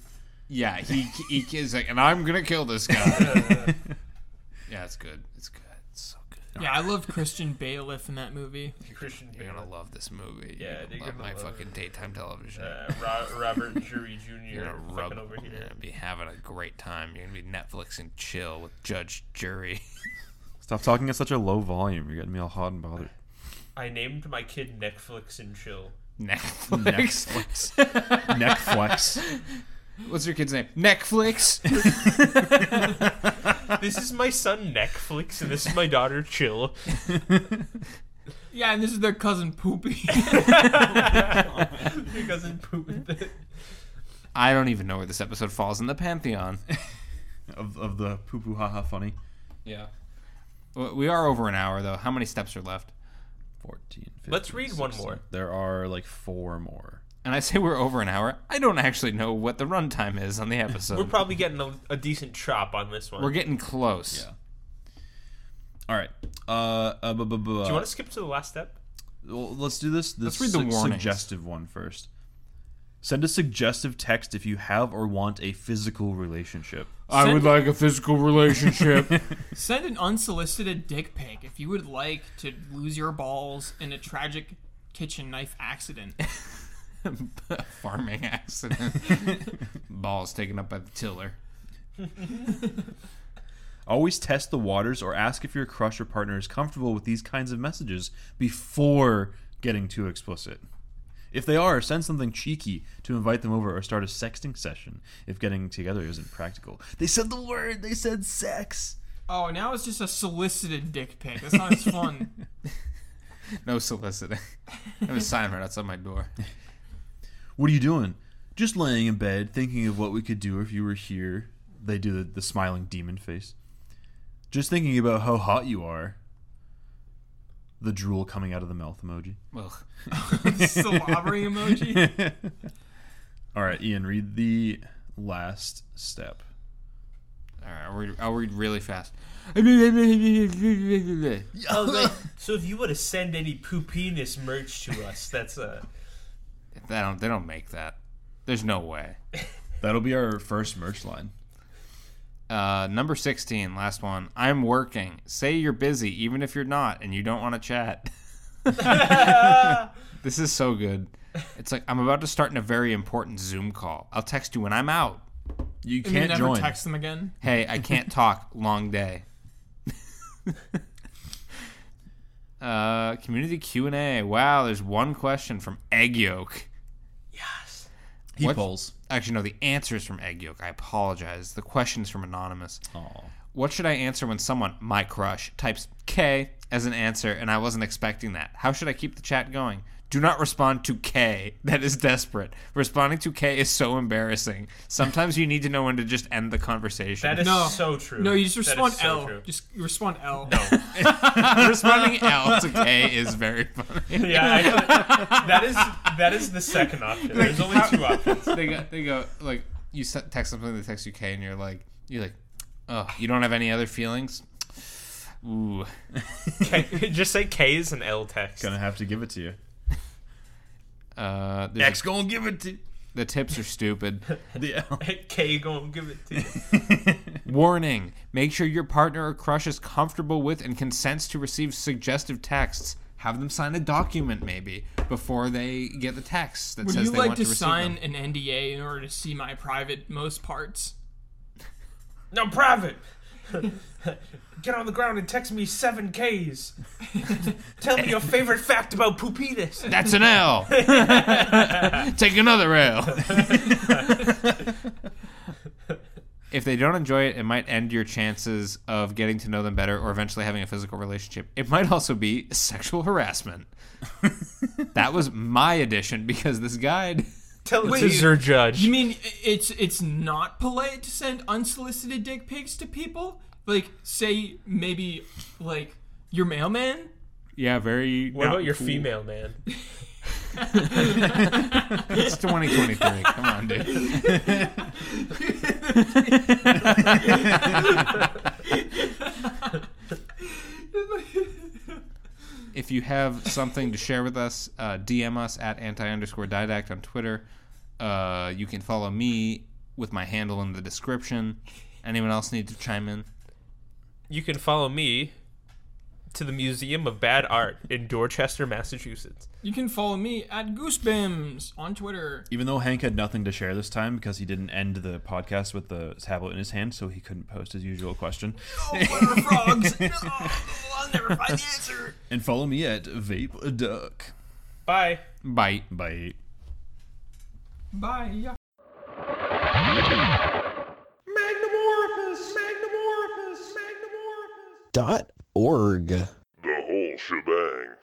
Speaker 1: Yeah, he, he is like, and I'm gonna kill this guy. yeah, it's good. It's good. It's so good.
Speaker 4: Yeah, I love Christian Bailiff in that movie.
Speaker 2: Christian
Speaker 1: You're
Speaker 2: Bale.
Speaker 1: gonna love this movie.
Speaker 2: Yeah,
Speaker 1: you're gonna
Speaker 2: you're
Speaker 1: love
Speaker 2: gonna
Speaker 1: my
Speaker 2: love
Speaker 1: fucking daytime television.
Speaker 2: Uh, Ro- Robert Jury
Speaker 1: You're
Speaker 2: Jr.
Speaker 1: gonna
Speaker 2: fucking
Speaker 1: rub
Speaker 2: over
Speaker 1: You're
Speaker 2: here.
Speaker 1: gonna be having a great time. You're gonna be Netflix and chill with Judge Jury.
Speaker 3: Stop talking at such a low volume. You're getting me all hot and bothered.
Speaker 2: I named my kid Netflix and chill.
Speaker 1: Netflix.
Speaker 3: Neck flex.
Speaker 1: What's your kid's name? Netflix.
Speaker 2: This is my son Netflix, and this is my daughter Chill.
Speaker 4: Yeah, and this is their cousin Poopy.
Speaker 2: Your cousin Poop.
Speaker 1: I don't even know where this episode falls in the pantheon.
Speaker 3: of, of the poo poo haha funny.
Speaker 1: Yeah. We are over an hour though. How many steps are left?
Speaker 3: 14. 15,
Speaker 2: Let's read one
Speaker 3: 16.
Speaker 2: more.
Speaker 3: There are like four more.
Speaker 1: And I say we're over an hour. I don't actually know what the runtime is on the episode.
Speaker 2: We're probably getting a, a decent chop on this one.
Speaker 1: We're getting close.
Speaker 3: Yeah. All right. Uh, uh, bu- bu- bu-
Speaker 2: Do you want to skip to the last step?
Speaker 3: Well, let's do this.
Speaker 1: Let's
Speaker 3: this
Speaker 1: read the
Speaker 3: su-
Speaker 1: warnings.
Speaker 3: suggestive one first. Send a suggestive text if you have or want a physical relationship.
Speaker 1: I would like a physical relationship.
Speaker 4: Send an unsolicited dick pic if you would like to lose your balls in a tragic kitchen knife accident.
Speaker 1: Farming accident. Balls taken up by the tiller.
Speaker 3: Always test the waters or ask if your crush or partner is comfortable with these kinds of messages before getting too explicit. If they are, send something cheeky to invite them over or start a sexting session if getting together isn't practical. They said the word, they said sex.
Speaker 4: Oh, now it's just a solicited dick pic. That sounds fun.
Speaker 1: No soliciting. I have a sign right outside my door.
Speaker 3: What are you doing? Just laying in bed, thinking of what we could do if you were here. They do the, the smiling demon face. Just thinking about how hot you are. The drool coming out of the mouth emoji.
Speaker 1: Ugh.
Speaker 4: Slobbery emoji.
Speaker 3: All right, Ian, read the last step.
Speaker 1: All right, I'll read, I'll read really fast.
Speaker 2: Oh, like, so if you were to send any poopiness merch to us, that's uh,
Speaker 1: They don't, they don't make that. There's no way.
Speaker 3: That'll be our first merch line.
Speaker 1: Uh, number 16, last one. I'm working. Say you're busy, even if you're not, and you don't want to chat. this is so good. It's like, I'm about to start in a very important Zoom call. I'll text you when I'm out.
Speaker 3: You
Speaker 4: And you
Speaker 3: can't
Speaker 4: never
Speaker 3: join.
Speaker 4: text them again.
Speaker 1: Hey, I can't talk. Long day. uh, community Q and A. Wow, there's one question from Egg Yolk.
Speaker 3: he
Speaker 1: What?
Speaker 3: polls.
Speaker 1: Actually, no, the answer is from Egg Yolk. I apologize. The question is from anonymous.
Speaker 3: Aw.
Speaker 1: What should I answer when someone, my crush, types K as an answer and I wasn't expecting that? How should I keep the chat going? Do not respond to K. That is desperate. Responding to K is so embarrassing. Sometimes you need to know when to just end the conversation.
Speaker 2: that is
Speaker 4: No.
Speaker 2: so true.
Speaker 4: No, you just
Speaker 2: That is
Speaker 4: respond
Speaker 2: so
Speaker 4: L.
Speaker 2: true.
Speaker 4: Just you respond L.
Speaker 1: Responding L to K is very funny.
Speaker 2: Yeah, I know. that is that is the second option. There's only two options.
Speaker 1: They go, they go like you se- text something, they text you K, and you're like, you're like, oh, you don't have any other feelings. Ooh,
Speaker 2: K, just say K is an L text.
Speaker 3: Gonna have to give it to you.
Speaker 1: uh, there's a-
Speaker 3: X gonna give it to
Speaker 1: the tips are stupid.
Speaker 3: the L.
Speaker 2: K gonna give it to you.
Speaker 1: Warning: Make sure your partner or crush is comfortable with and consents to receive suggestive texts. Have them sign a document maybe before they get the text that
Speaker 4: Would
Speaker 1: says
Speaker 4: you
Speaker 1: they
Speaker 4: like
Speaker 1: want
Speaker 4: to
Speaker 1: receive
Speaker 4: sign
Speaker 1: them.
Speaker 4: an NDA in order to see my private most parts?
Speaker 2: No private. Get on the ground and text me seven Ks. Tell me your favorite fact about Poopitas.
Speaker 1: That's an L. Take another L. if they don't enjoy it, it might end your chances of getting to know them better or eventually having a physical relationship. It might also be sexual harassment. that was my addition because this guide
Speaker 2: Tell it
Speaker 4: Wait,
Speaker 2: to Zer Judge.
Speaker 4: You mean i- it's it's not polite to send unsolicited dick pics to people? Like, say maybe like your mailman.
Speaker 1: Yeah, very.
Speaker 2: what about your female man?
Speaker 1: It's 2023. Come on, dude. If you have something to share with us, uh, DM us at anti underscore didact on Twitter. Uh, you can follow me with my handle in the description. Anyone else need to chime in?
Speaker 2: You can follow me to the Museum of Bad Art in Dorchester, Massachusetts.
Speaker 4: You can follow me at Goosebims on Twitter.
Speaker 3: Even though Hank had nothing to share this time because he didn't end the podcast with the tablet in his hand, so he couldn't post his usual question.
Speaker 4: Oh, what are frogs? No, I'll never find the answer.
Speaker 3: And follow me at Vape a Duck.
Speaker 2: Bye.
Speaker 1: Bye.
Speaker 3: Bye.
Speaker 4: Bye. Yeah.
Speaker 5: dot org.
Speaker 6: The whole shebang.